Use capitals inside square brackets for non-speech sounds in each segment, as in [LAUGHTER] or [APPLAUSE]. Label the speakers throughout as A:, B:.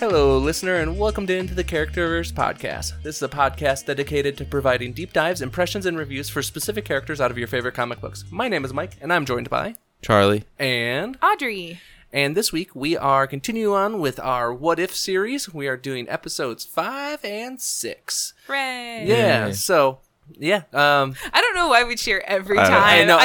A: listener, and welcome to Into the Characterverse podcast. This is a podcast dedicated to providing deep dives, impressions, and reviews for specific characters out of your favorite comic books. My name is Mike, and I'm joined by
B: Charlie.
A: and
C: Audrey.
A: and this week we are continuing on with our What If series. We are doing episodes five and six.
C: Hooray.
A: Yeah.
B: Yay.
A: So yeah, um,
C: I don't know why we cheer every
B: I don't-
C: time. I,
A: know,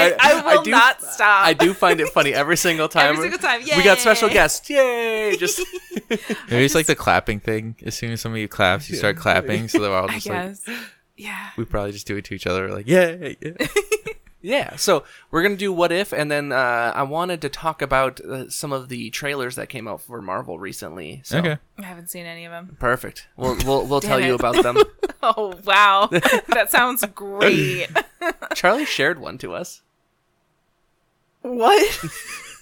C: I, will
A: do-
C: not stop. [LAUGHS]
A: I do find it funny every single time.
C: Every single time,
A: We got special
C: yay.
A: guests. Yay!
C: [LAUGHS]
A: Just
B: Maybe it's like the clapping thing. As soon as somebody claps, you start clapping. So they're all
C: [LAUGHS] I
B: just like,
C: guess. yeah.
B: we probably just do it to each other. We're like, yeah, yeah.
C: [LAUGHS]
A: Yeah, so we're gonna do what if, and then uh, I wanted to talk about uh, some of the trailers that came out for Marvel recently. So.
B: okay.
C: I haven't seen any of them.
A: perfect. We'll we'll, we'll tell
C: Damn
A: you
C: it.
A: about them.
C: [LAUGHS] Oh, wow. that sounds great.
A: Charlie shared one to us.
C: what?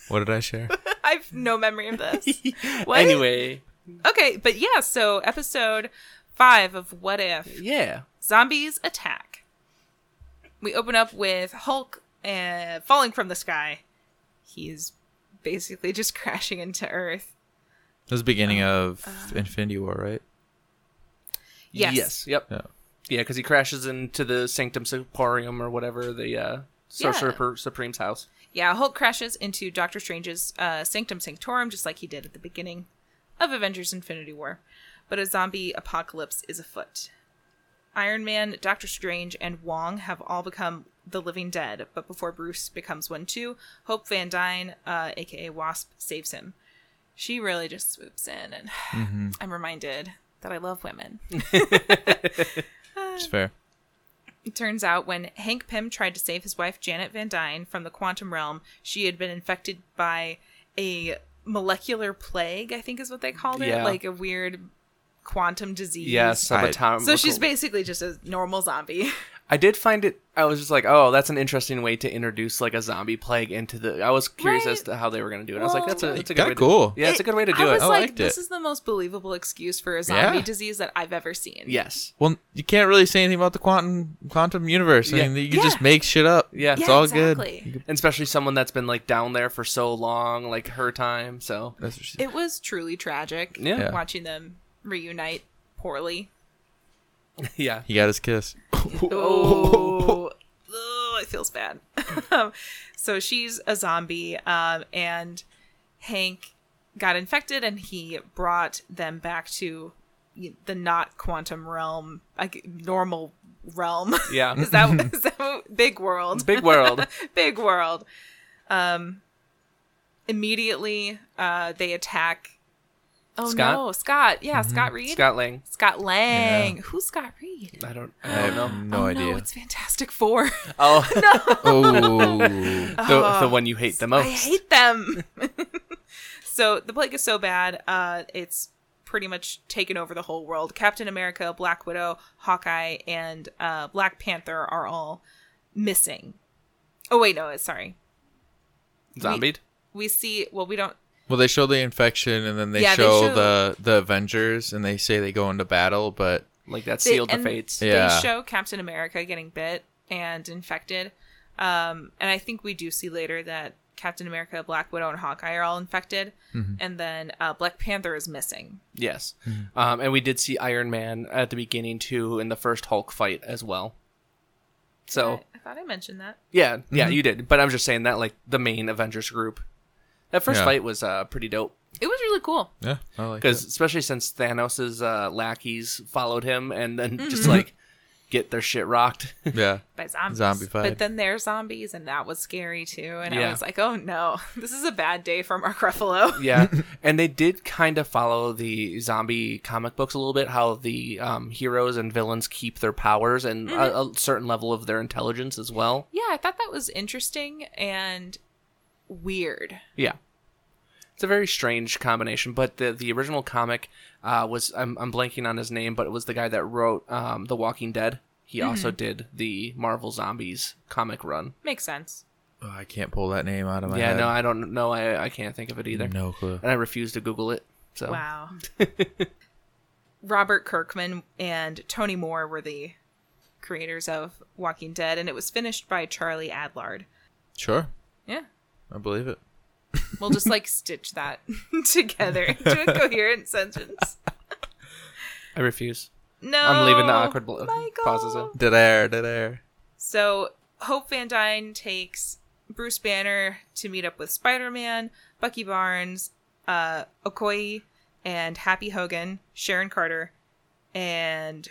B: What did I share?
C: [LAUGHS] I have no memory of [LAUGHS] this. What?
A: Anyway,
C: Okay, but yeah, so episode five of What If
A: yeah,
C: Zombies Attack. We open up with Hulk uh, falling from the sky. He's basically just [LAUGHS] crashing into Earth.
B: That was the beginning of Infinity War, right?
C: Yes.
A: yes, yep,
B: Yeah.
A: yeah, because he crashes into the Sanctum Sanctorum or whatever the uh, Sorcerer
C: Yeah.
A: Per- Supreme's house.
C: Yeah, Hulk crashes into Doctor Strange's uh, Sanctum Sanctorum, just like he did at the beginning of Avengers Infinity War. But a zombie apocalypse is afoot. Iron Man, Doctor Strange, and Wong have all become the living dead, but before Bruce becomes one too, Hope Van Dyne, uh, aka Wasp, saves him. She really just swoops in, and [SIGHS] I'm reminded that I love women.
B: It's fair.
C: It turns out when Hank Pym tried to save his wife Janet Van Dyne from the quantum realm, she had been infected by a molecular plague, I think is what they called it,
A: Yeah.
C: like a weird quantum disease.
A: Yeah,
B: I-
A: subatom-
C: So she's basically just a normal zombie.
A: I did find it. I was just like, oh, that's an interesting way to introduce like a zombie plague into the. I was curious
C: Right.
A: as to how they were going to do it. I was like,
C: Well,
A: that's a that's a
B: Kinda
A: good way to-
B: cool.
A: yeah, it's a good
C: [LAUGHS]
A: way to do
C: I
A: it. Oh,
C: was
B: I
C: like,
B: liked
C: this
B: it.
C: is the most believable excuse for a zombie
B: Yeah.
C: disease that I've ever seen.
A: Yes.
B: Well, you can't really say anything about the quantum quantum universe. I
A: Yeah.
B: mean, you can
C: Yeah.
B: just make shit up.
A: Yeah.
B: it's
C: Yeah,
B: all
C: exactly.
B: good. You can-
A: And especially someone that's been like down there for so long, like her time. So [LAUGHS]
B: That's what she
C: It was truly tragic
A: Yeah. Yeah.
C: watching them reunite poorly.
A: yeah,
B: He got his kiss.
C: Oh, [LAUGHS] Ugh, it feels bad. [LAUGHS] Um, so she's a zombie, um, and Hank got infected, and he brought them back to y- the not quantum realm, like normal realm. [LAUGHS]
A: yeah.
C: is that is that what- big world?
A: Big
C: [LAUGHS]
A: world.
C: big world. Um, immediately, uh, they attack. Oh
A: Scott? Mm-hmm.
C: no, Scott! Yeah, Scott Reed. Scott,
A: Scott Lang.
C: Lang. Who's Scott Reed?
A: I don't.
B: I
A: I
B: have
A: don't know.
B: no
C: oh,
B: idea.
C: No, it's Fantastic Four. [LAUGHS]
A: Oh,
B: oh,
A: the, the one you hate the most.
C: Ah. I hate them. [LAUGHS] so the plague is so bad, uh, it's pretty much taken over the whole world. Captain America, Black Widow, Hawkeye, and uh, Black Panther are all missing. Oh wait, no, sorry.
A: Zombied.
C: We see. Well, we don't.
B: [LAUGHS] well, they show the infection, and then they,
C: Yeah, they
B: show,
C: show-
B: the the Avengers, and they say they go into battle, but
A: Like that
C: They-
A: sealed the
C: and
A: fates.
B: Yeah.
C: They show Captain America getting bit and infected. Um, and I think we do see later that Captain America, Black Widow, and Hawkeye are all infected, and then uh, Black Panther is missing.
A: Yes.
B: Mm-hmm.
A: Um, and we did see Iron Man at the beginning too in the first Hulk fight as well. So
C: I, I thought I mentioned that.
A: yeah,
B: Mm-hmm.
A: yeah, you did. But I'm just saying that like the main Avengers group. That first
B: Yeah.
A: fight was uh, pretty dope.
C: It was really cool.
B: yeah, I like
A: because
B: it.
A: especially since Thanos' uh, lackeys followed him and then just like get their shit rocked. [LAUGHS]
B: yeah.
C: by zombies.
B: Zombified.
C: But then they're zombies, and that was scary too. And
A: Yeah.
C: I was like, oh no, [LAUGHS] this is a bad day for Mark Ruffalo.
A: [LAUGHS] yeah, and they did kind of follow the zombie comic books a little bit, how the um, heroes and villains keep their powers and a, a certain level of their intelligence as well.
C: yeah, I thought that was interesting and weird.
A: Yeah. It's a very strange combination, but the the original comic uh, was I'm, I'm blanking on his name, but it was the guy that wrote um, The Walking Dead. He
C: Mm-hmm.
A: also did the Marvel Zombies comic run.
C: Makes sense.
B: Oh, I can't pull that name out of my
A: yeah,
B: head.
A: no, I don't know. I, I can't think of it either.
B: no clue.
A: and I refuse to Google it. So [LAUGHS]
C: Wow. Robert Kirkman and Tony Moore were the creators of Walking Dead, and it was finished by Charlie Adlard.
B: Sure,
C: Yeah.
B: I believe it.
C: [LAUGHS]
A: [LAUGHS]
C: We'll just like stitch that together into a coherent sentence.
A: I refuse.
C: No,
A: I'm leaving the awkward bl-
C: Michael.
A: pauses in.
B: Did air, did air.
C: So Hope Van Dyne takes Bruce Banner to meet up with Spider Man, Bucky Barnes, uh, Okoye, and Happy Hogan, Sharon Carter, and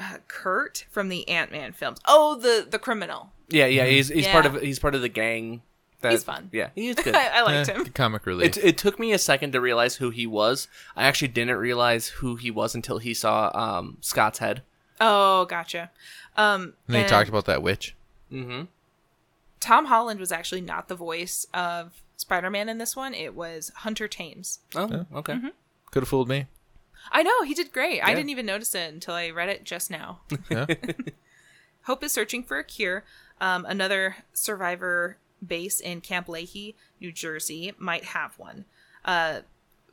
C: uh, Kurt from the Ant Man films. Oh, the the criminal.
A: Yeah, yeah. He's he's part
C: Yeah.
A: of he's part of the gang. That,
C: He's fun.
A: Yeah,
C: [LAUGHS]
A: he's good.
C: I, I liked
B: Eh,
C: him.
B: Comic relief.
A: It, it took me a second to realize who he was. I actually didn't realize who he was until he saw um, Scott's head.
C: Oh, gotcha. Um,
B: and then he talked about that witch.
C: Tom Holland was actually not the voice of Spider Man in this one. It was Hunter Thames.
A: Oh,
C: Mm-hmm.
A: okay.
B: Could have fooled
C: [LAUGHS]
B: me.
C: I know, he did great. I
A: Yeah.
C: didn't even notice it until I read it
A: [LAUGHS]
C: just now.
B: Yeah.
C: Hope is searching for a cure. Um, another survivor base in Camp Leahy, New Jersey, might have one. Uh,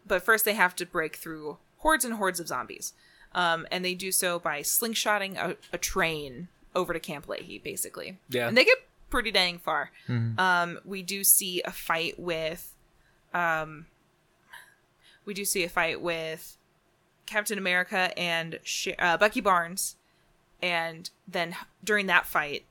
C: but first, they have to break through hordes and hordes of zombies. Um, and they do so by slingshotting a, a train over to Camp Leahy, basically.
A: Yeah. Mm-hmm.
C: And they get pretty dang far. Um, we do see a fight with. Um, we do see a fight with Captain America and Sh- uh, Bucky Barnes and then h- during that fight,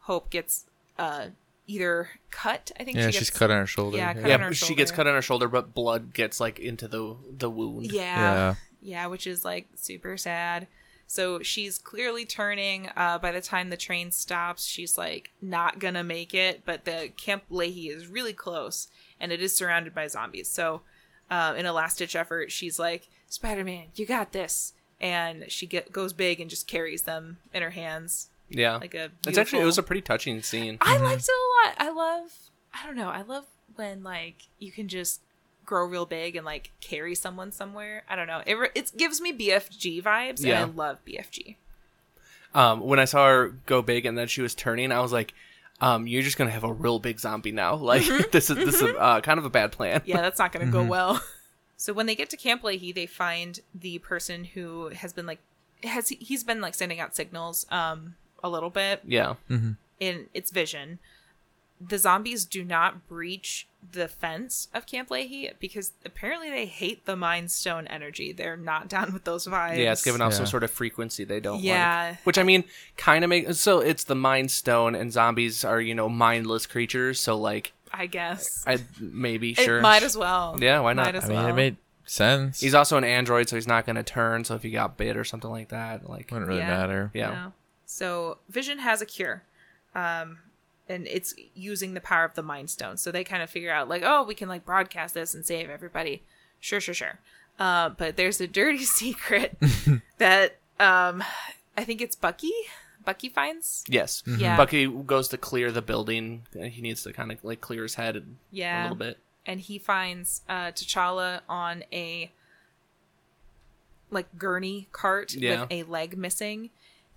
C: Hope gets uh either cut. I think
B: Yeah,
C: she gets,
B: she's cut on her shoulder.
C: yeah, cut
A: Yeah,
C: on her
A: she gets
C: shoulder.
A: cut on her shoulder, but blood gets like into the the wound.
C: Yeah, yeah,
B: Yeah.
C: which is like super sad. So she's clearly turning. Uh, by the time the train stops, she's like not gonna make it. But the Camp Leahy is really close, and it is surrounded by zombies. So, uh, in a last ditch effort, she's like, "Spider Man, you got this." And she get, goes big and just carries them in her hands
A: Yeah.
C: like a.
A: it's actually it
C: beautiful-
A: was a pretty touching scene.
C: I liked it a lot. I love. I don't know. I love when like you can just grow real big and like carry someone somewhere. I don't know. It re- it gives me BFG vibes,
A: Yeah.
C: and I love BFG.
A: Um, when I saw her go big and then she was turning, I was like, um, "You're just gonna have a real big zombie now. [LAUGHS] Like this is this is uh, kind of a bad plan."
C: Mm-hmm. Yeah, that's not going to go well. [LAUGHS] So when they get to Camp Leahy, they find the person who has been like has he's been like sending out signals um a little bit
A: Yeah.
C: in its vision, the zombies do not breach the fence of Camp Leahy because apparently they hate the Mind Stone energy. They're not down with those vibes.
A: Yeah, it's giving off some
B: Yeah.
A: sort of frequency they don't
C: Yeah.
A: like. Which I mean, kind of make so it's the mind stone and zombies are you know mindless creatures. So like,
C: I guess
A: I maybe
C: it
A: sure
C: might as well.
A: Yeah, why not?
C: Might as
B: I mean,
C: well.
B: it made sense.
A: He's also an android, so he's not gonna turn. So if he got bit or something like that, like
B: Wouldn't really
C: Yeah.
B: matter.
A: yeah,
C: No. So Vision has a cure. Um and it's using the power of the Mind Stone. So they kind of figure out like, oh, we can like broadcast this and save everybody. Sure, sure, sure. Uh, but there's a dirty [LAUGHS]
B: [LAUGHS]
C: secret that um I think it's Bucky. Bucky finds.
A: yes,
C: Yeah.
A: Bucky goes to clear the building. and He needs to kind of like clear his head a
C: Yeah.
A: little bit.
C: And he finds uh T'Challa on a like gurney cart
A: Yeah.
C: with a leg missing.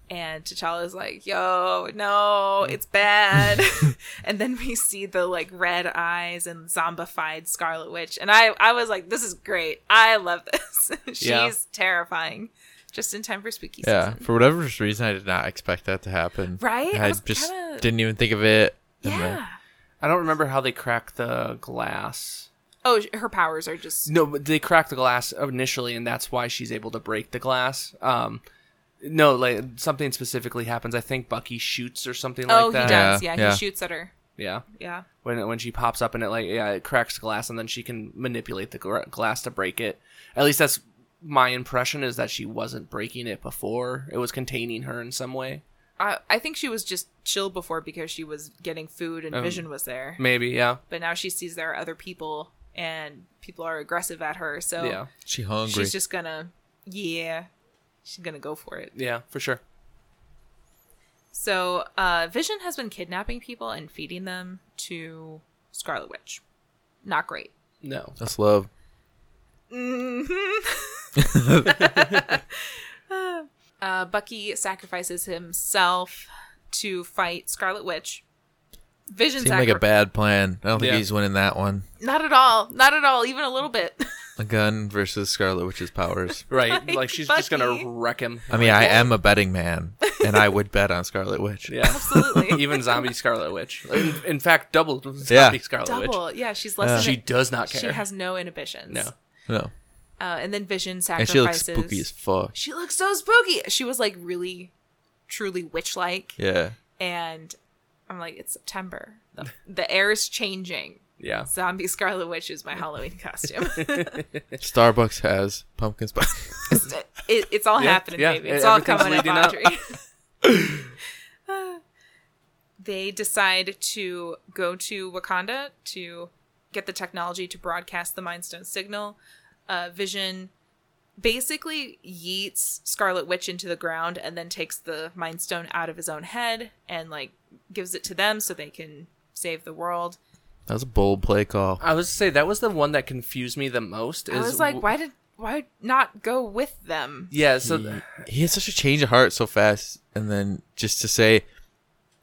C: And T'Challa's like, yo, no,
A: [LAUGHS]
C: it's bad. [LAUGHS] and then we see the like red eyes and zombified Scarlet Witch. And I, I was like, this is great. I love this. [LAUGHS] She's
A: Yeah.
C: terrifying. Just in time for spooky
B: Yeah.
C: season.
B: For whatever reason, I did not expect that to happen.
C: Right?
B: I,
C: I was
B: just
C: kinda-
B: didn't even think of it. And uh,
C: Yeah.
B: then-
A: I don't remember how they crack the glass.
C: Oh, sh- her powers are just
A: No, but they crack the glass initially, and that's why she's able to break the glass. Um, no, like something specifically happens. I think Bucky shoots or something like
C: oh,
A: that.
C: he does.
B: Yeah,
C: Yeah,
B: yeah.
C: he shoots at her.
A: Yeah,
C: Yeah.
A: when when she pops up and it like yeah, it cracks the glass, and then she can manipulate the gla- glass to break it. At least that's my impression is that she wasn't breaking it before; it was containing her in some way.
C: I, I think she was just chill before because she was getting food and
A: Um,
C: Vision was there.
A: Maybe, yeah,
C: But now she sees there are other people and people are aggressive at her. So
A: yeah,
B: She hungry.
C: she's just gonna, yeah, she's gonna go for it.
A: yeah, for sure.
C: So uh, Vision has been kidnapping people and feeding them to Scarlet Witch. Not great.
A: No,
B: That's love.
C: Uh, Bucky sacrifices himself to fight Scarlet Witch. Vision
B: Seemed like a
C: sacri-
B: bad plan. I don't think
A: Yeah.
B: he's winning that one.
C: Not at all. Not at all. Even a little bit. [LAUGHS]
B: A gun versus Scarlet Witch's powers.
A: right? Like she's just gonna
C: Bucky.
A: wreck him.
B: I mean, I am a betting man, and I would bet on Scarlet
C: [LAUGHS]
A: [LAUGHS]
B: Witch.
A: yeah.
C: Absolutely.
A: Even zombie Scarlet
C: [LAUGHS]
A: Witch. In, in fact, double zombie
B: Yeah.
A: Scarlet Witch. Uh,
C: double. Yeah, she's less. than
A: She
C: it-
A: does not care.
C: she has no inhibitions.
A: No.
B: No.
C: Uh, and then Vision
B: and
C: sacrifices.
B: she looks spooky as fuck.
C: She looks so spooky. She was like really, truly witch like.
B: Yeah.
C: And I'm like, it's September. The, the air is changing.
A: Yeah.
C: Zombie Scarlet Witch is my Halloween
B: [LAUGHS]
C: costume.
B: Starbucks has pumpkin spice. [LAUGHS]
C: It's- it, it's all
A: Yeah,
C: happening,
A: yeah,
C: baby.
A: e-
C: It's all
A: everything's
C: coming up,
A: leading up.
C: Audrey.
A: [LAUGHS]
C: they decide to go to Wakanda to get the technology to broadcast the Mind Stone signal. Uh, Vision basically yeets Scarlet Witch into the ground and then takes the Mind Stone out of his own head and like gives it to them so they can save the world.
B: that was a bold play call.
A: I was to say that was the one that confused me the most. Is
C: I was like,
A: w-
C: why did why not go with them?
A: Yeah. So
B: he, he had such a change of heart so fast, and then just to say,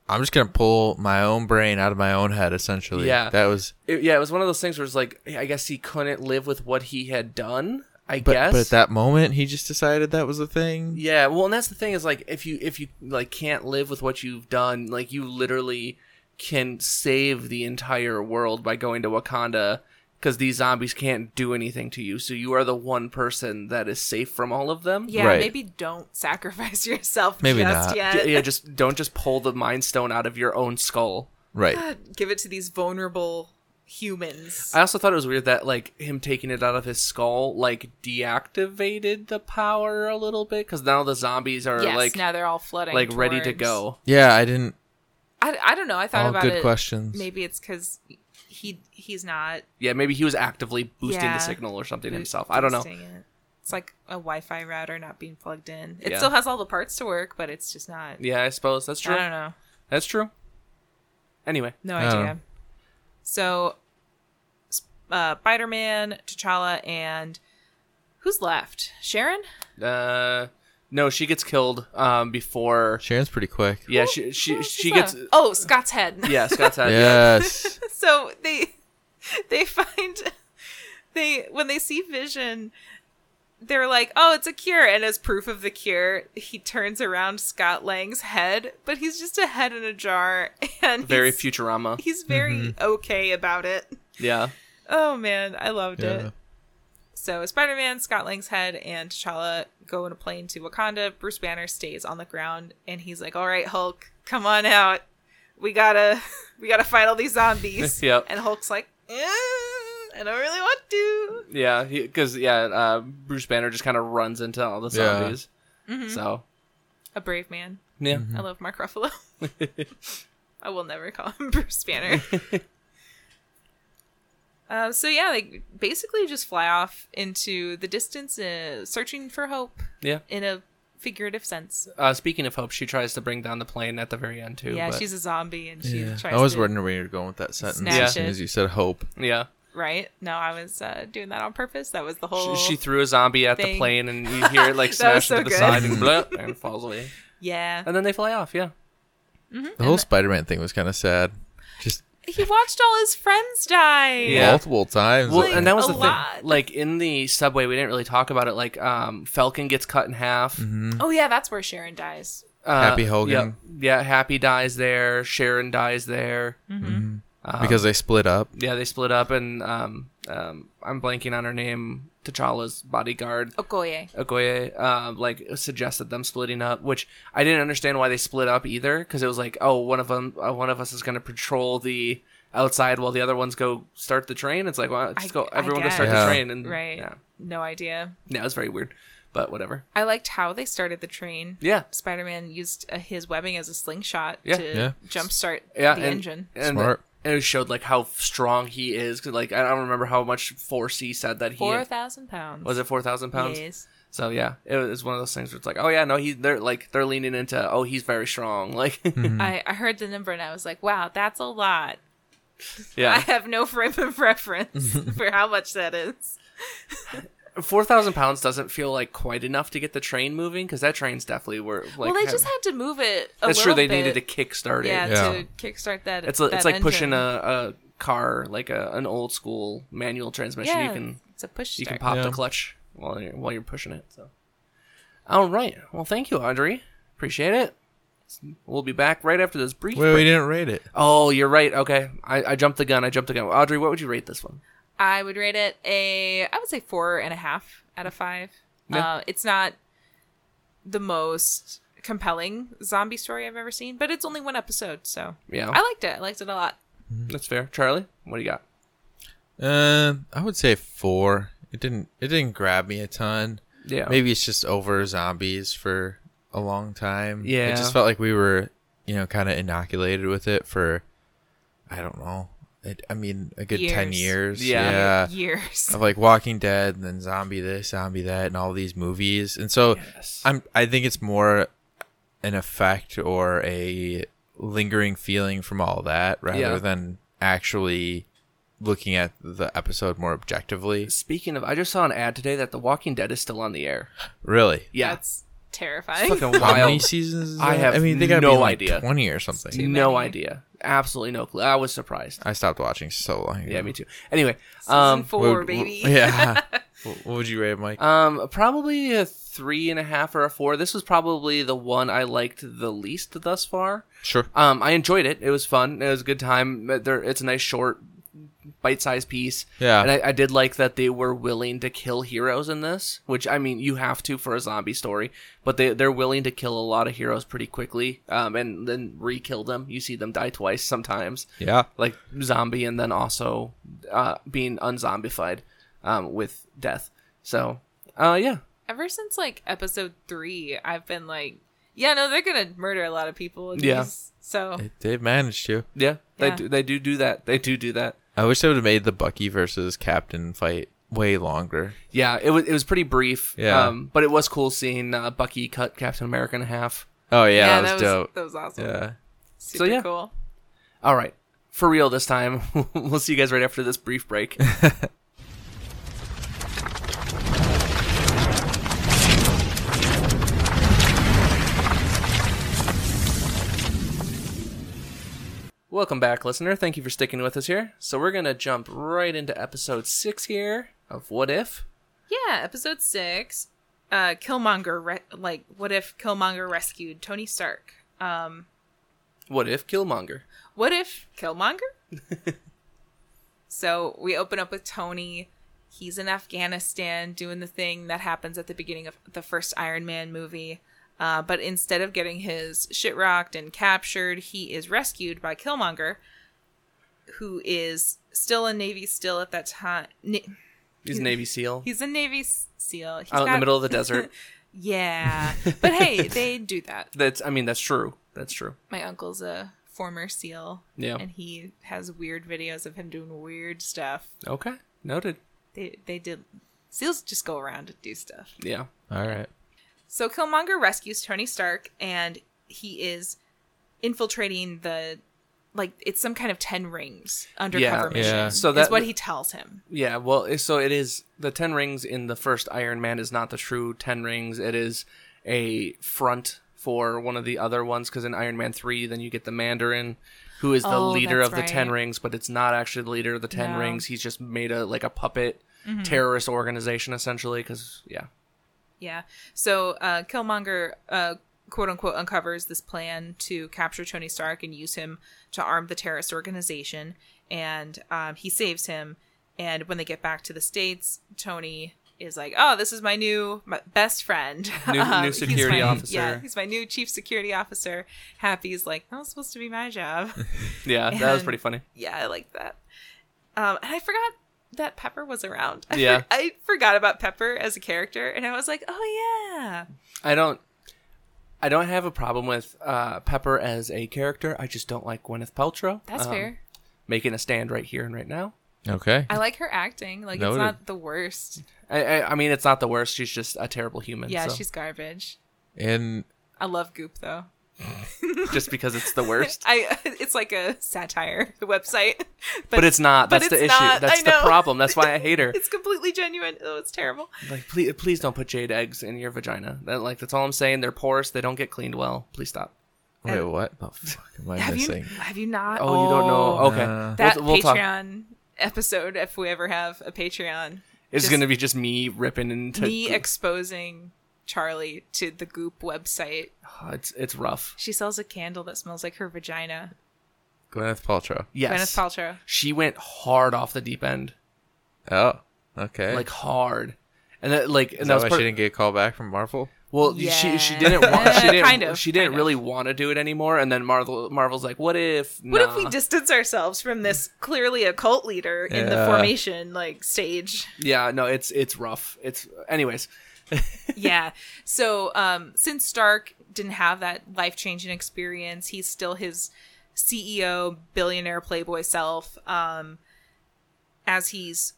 B: "I'm just gonna pull my own brain out of my own head." Essentially,
A: Yeah.
B: that was.
A: it- yeah, it was one of those things where it's like, I guess he couldn't live with what he had done. I
B: But,
A: guess.
B: but at that moment, he just decided that was the thing.
A: Yeah, well, and that's the thing is like if you if you like can't live with what you've done, like you literally can save the entire world by going to Wakanda because these zombies can't do anything to you. So you are the one person that is safe from all of them.
C: Yeah,
B: Right.
C: maybe don't sacrifice [LAUGHS] yourself
B: Maybe
C: just
B: not.
A: D-
C: yet.
A: yeah, just don't just pull the mind stone out of your own skull.
B: Right.
C: Give it to these vulnerable humans.
A: I also thought it was weird that like him taking it out of his skull like deactivated the power a little bit cuz now the zombies are
C: yes,
A: like
C: now they're all flooding.
A: like ready to
C: towards-
A: go.
B: Yeah, I didn't.
C: I, I don't know. I thought
B: All
C: about
B: Oh, good
C: it.
B: questions.
C: Maybe it's because he he's not
A: Yeah, maybe he was actively boosting
C: Yeah.
A: the signal or something himself. I don't know.
C: boosting it. It's like a Wi-Fi router not being plugged in. It
A: Yeah.
C: still has all the parts to work, but it's just not.
A: Yeah, I suppose that's true.
C: I don't know.
A: That's true. Anyway,
C: No
B: I don't
C: idea.
B: know.
C: So, s- uh, Spider Man, T'Challa, and who's left? Sharon?
A: uh, no, she gets killed um, before.
B: Sharon's pretty quick.
A: Yeah, she she
C: Who's
A: she
C: left?
A: gets.
C: Oh, Scott's head.
A: Yeah, Scott's
B: [LAUGHS]
A: out. yeah.
B: Yes.
C: [LAUGHS] so they they find they when they see vision they're like oh it's a cure and as proof of the cure he turns around scott lang's head but he's just a head in a jar [LAUGHS] and
A: Very Mm-hmm.
C: he's,
A: Futurama.
C: [LAUGHS] he's very okay about it
A: Yeah,
C: oh man i loved
B: yeah.
C: it so spider-man scott lang's head and t'challa go in a plane to wakanda bruce banner stays on the ground and he's like all right hulk come on out we gotta [LAUGHS] we gotta fight all these zombies
A: Yep.
C: and hulk's like "Eh, i don't really want to
A: yeah, because yeah, uh, Bruce Banner just kind of runs into all the
B: Yeah.
A: zombies.
C: Mm-hmm.
A: So
C: a brave man
A: yeah,
C: i love mark ruffalo i will never call him [LAUGHS] bruce banner Uh, so yeah, they basically just fly off into the distance, uh, searching for hope
A: yeah.
C: in a figurative sense.
A: Uh, speaking of Hope, she tries to bring down the plane at the very end too.
C: Yeah,
A: but-
C: she's a zombie and she
B: Yeah.
C: tries
B: I was
C: to,
B: wondering where you were going with that sentence
C: snatch
B: as soon
C: it.
B: as you said hope.
A: yeah.
C: right? No, I was uh, doing that on purpose. That was the whole
A: She, she threw a zombie at
C: thing.
A: the plane, and you hear it like
C: [LAUGHS] That was
A: smash
C: so
A: to the
C: good.
A: side and blah, and it falls away.
C: Yeah.
A: And then they fly off. Yeah.
C: Mm-hmm.
B: The whole Spider-Man thing was kind of sad. Just
C: He watched all his friends die.
A: Yeah.
B: multiple times.
A: Well, and that was
C: a
A: the
C: lot.
A: thing. Like in the subway, we didn't really talk about it. Like um, Falcon gets cut in half.
C: Oh yeah, that's where Sharon dies.
A: Uh,
B: Mm-hmm. Happy Hogan.
A: Yeah, yeah, Happy dies there. Sharon dies there.
C: Mm-hmm.
B: because they split up.
A: Yeah, they split up, and um, um, I'm blanking on her name. T'Challa's bodyguard.
C: Okoye.
A: Okoye um, like suggested them splitting up, which I didn't understand why they split up either, because it was like, oh, one of them, uh, one of us is going to patrol the outside while the other ones go start the train. It's like, well, let's
C: I-
A: go,
C: I
A: everyone go
C: guess.
A: start
B: Yeah.
A: the train, and
C: Right.
A: Mm, yeah,
C: No idea.
A: yeah, it's very weird, but whatever.
C: I liked how they started the train.
A: Yeah,
C: Spider-Man used uh, his webbing as a slingshot
A: Yeah.
C: to
B: Yeah.
C: jumpstart
A: yeah,
C: the
A: and,
C: engine.
A: and
B: Smart.
A: and it showed like how strong he is. 'cause, like I don't remember how much force he said that he
C: Four thousand pounds.
A: was it four thousand pounds.
C: Yes.
A: So yeah, it was one of those things where it's like, oh yeah, no, he they're like they're leaning into, oh he's very strong, [LAUGHS] like
C: I, I heard the number and I was like, wow, that's a lot. I
A: yeah,
C: have no frame
A: [LAUGHS]
C: of reference for how much that is.
A: four thousand pounds doesn't feel like quite enough to get the train moving because that train's definitely were like.
C: well, they
A: have-
C: just had to move it a
A: that's true.
C: little
A: They
C: bit.
A: needed to kickstart it.
C: yeah,
B: Yeah.
C: to kickstart that.
A: it's a,
C: that
A: it's like
C: engine.
A: pushing a, a car like a, an old school manual transmission.
C: yeah,
A: you can
C: it's a push.
A: you can
C: start.
A: pop
B: Yeah.
A: the clutch while you're while you're pushing it. So, all right. Well, thank you, Audrey. Appreciate it. We'll be back right after this brief.
B: Wait,
A: break.
B: we didn't rate it.
A: Oh, you're right. Okay, I, I jumped the gun. I jumped the gun. Audrey, what would you rate this one?
C: I would rate it a I would say four and a half out of five.
A: Yeah.
C: Uh, it's not the most compelling zombie story I've ever seen, but it's only one episode, so
A: Yeah.
C: I liked it. I liked it a lot.
A: That's fair. Charlie, what do you got?
B: Uh, I would say four. It didn't. It didn't grab me a ton.
A: Yeah.
B: Maybe it's just over zombies for a long time.
A: Yeah.
B: It just felt like we were, you know, kind of inoculated with it for, I don't know. It, I mean, a good ten
C: Years.
B: years.
A: Yeah.
B: Uh,
C: Years.
A: oh,
C: [LAUGHS]
B: Of like Walking Dead and then zombie this, zombie that, and all these movies. And so
A: Yes.
B: I'm. I think it's more an effect or a lingering feeling from all that rather
A: Yeah.
B: than actually looking at the episode more objectively.
A: Speaking of, I just saw an ad today that The Walking Dead is still on the air.
B: Really.
A: Yeah.
C: That's terrifying.
A: fucking [LAUGHS]
B: How many
A: wild.
B: seasons? Is
A: I
B: that?
A: have
B: I mean, they got
A: no
B: be like
A: idea.
B: Twenty or something.
C: Too
A: No
C: many.
A: idea. Absolutely no clue. I was surprised.
B: I stopped watching so long. Ago.
A: Yeah, me too. Anyway,
C: [LAUGHS] Season
A: um,
C: four,
B: What would-
C: baby.
B: [LAUGHS] Yeah. what would you rate, Mike?
A: um, probably a three and a half or a four. This was probably the one I liked the least thus far.
B: Sure.
A: Um, I enjoyed it. It was fun. It was a good time. Uh, There, it's a nice short, bite-sized piece.
B: Yeah.
A: and I, I did like that they were willing to kill heroes in this, which I mean, you have to for a zombie story, but they they're willing to kill a lot of heroes pretty quickly, um, and then re-kill them. You see them die twice sometimes,
B: Yeah.
A: like zombie, and then also uh, being unzombified um, with death. So, uh, yeah,
C: Ever since like episode three, I've been like, yeah, no, they're gonna murder a lot of people. in
A: Yeah.
C: these, So
B: They- They've managed to.
A: yeah, they
C: Yeah.
A: do, they do do that. They do do that.
B: I wish they would have made the Bucky versus Captain fight way longer.
A: Yeah, it was it was pretty brief.
B: Yeah.
A: Um, but it was cool seeing uh, Bucky cut Captain America in half.
B: Oh yeah, that, was dope.
C: that was awesome.
B: Yeah.
C: Super
A: yeah.
C: cool.
A: All right, for real this time. [LAUGHS] we'll see you guys right after this brief break. Welcome back, listener. Thank you for sticking with us here. So we're gonna jump right into episode six here of What If.
C: Yeah, episode six. Uh, Killmonger, re- like, what if Killmonger rescued Tony Stark? Um,
A: What if Killmonger?
C: what if
B: [LAUGHS]
C: Killmonger? so we open up with Tony. He's in Afghanistan doing the thing that happens at the beginning of the first Iron Man movie. Uh, but instead of getting his shit rocked and captured, he is rescued by Killmonger, who is still a Navy still at that time. Na-
A: He's a Navy SEAL
C: he's a Navy s- SEAL. He's
A: out in the
C: got-
A: middle of
C: [LAUGHS]
A: the desert.
C: Yeah.
A: [LAUGHS]
C: But hey, they do that.
A: That's I mean that's true. That's true.
C: My uncle's a former SEAL.
A: Yeah.
C: And he has weird videos of him doing weird stuff.
A: Okay. Noted.
C: They they did SEALs just go around and do stuff.
A: Yeah.
B: All right.
C: So Killmonger rescues Tony Stark and he is infiltrating the like it's some kind of ten rings undercover
A: Yeah.
C: mission.
B: Yeah.
A: So
C: So
A: that-
C: that's what he tells him.
A: Yeah, well, it- so it is the Ten Rings in the first Iron Man is not the true Ten Rings. It is a front for one of the other ones because in Iron Man three, then you get the Mandarin, who is the
C: Oh,
A: leader
C: that's
A: of the Ten
C: right.
A: Rings, but it's not actually the leader of the Ten
C: No. Mm-hmm.
A: Rings. He's just made a like a puppet terrorist organization essentially. Because yeah,
C: Yeah. So uh, Killmonger, uh, quote unquote, uncovers this plan to capture Tony Stark and use him to arm the terrorist organization. And um, he saves him. And when they get back to the States, Tony is like, oh, this is my new my best friend. [LAUGHS] Um,
A: New- new
C: he's
A: security
C: my-
A: officer.
C: Yeah, he's my new chief security officer. Happy's like, that was supposed to be
A: [LAUGHS]
C: my job.
A: yeah, that was
C: [LAUGHS] And-
A: pretty funny.
C: yeah, I like that. Um, and I forgot that Pepper was around. [LAUGHS] I for-
A: Yeah.
C: I forgot about Pepper as a character. And I was like, oh, yeah.
A: I don't. I don't have a problem with uh, Pepper as a character. I just don't like Gwyneth Paltrow.
C: That's
A: um,
C: fair.
A: Making a stand right here and right now.
B: Okay.
C: I like her acting. Like
B: Noted.
C: it's not the worst.
A: I, I, I mean, it's not the worst. She's just a terrible human.
C: Yeah,
A: so.
C: she's garbage.
B: And
C: I love Goop though.
A: [LAUGHS] just because it's the worst.
C: [LAUGHS] I it's like a satire [LAUGHS] website,
A: But, it's not.
C: but
A: That's
C: it's
A: the
C: not.
A: issue. That's
C: I
A: the
C: know.
A: problem. That's
C: [LAUGHS]
A: why I hate her.
C: it's completely genuine. Oh, it's terrible.
A: like, please, please don't put jade eggs in your vagina. That, like, that's all I'm saying. They're porous. They don't get cleaned well. Please stop.
B: wait, what the fuck am I
C: Have
B: missing?
C: you have you not?
A: Oh, you don't know? Okay,
B: Uh,
C: that
A: we'll, we'll talk.
C: Patreon episode. If we ever have a Patreon,
A: It's
C: just
A: gonna be just me ripping into.
C: me exposing Charlie to the Goop website.
A: Ah, it's it's rough.
C: She sells a candle that smells like her vagina.
B: Gwyneth Paltrow.
A: Yes,
C: Gwyneth Paltrow.
A: she went hard off the deep end,
B: Oh. Okay.
A: like hard. and that like and that
B: Is that
A: was
B: why
A: part-
B: she didn't get a call back from Marvel?
A: Well, she she didn't want,
C: Yeah, [LAUGHS]
A: she didn't
C: kind of,
A: she didn't
C: kind of.
A: really want to do it anymore. And then Marvel Marvel's like, what if
C: What if we
A: nah."
C: distance ourselves from this clearly a cult leader in the
B: Yeah.
C: formation like stage?
A: Yeah, no, it's it's rough. It's anyways.
C: [LAUGHS] yeah. So um, since Stark didn't have that life changing experience, he's still his CEO, billionaire, playboy self. Um, as he's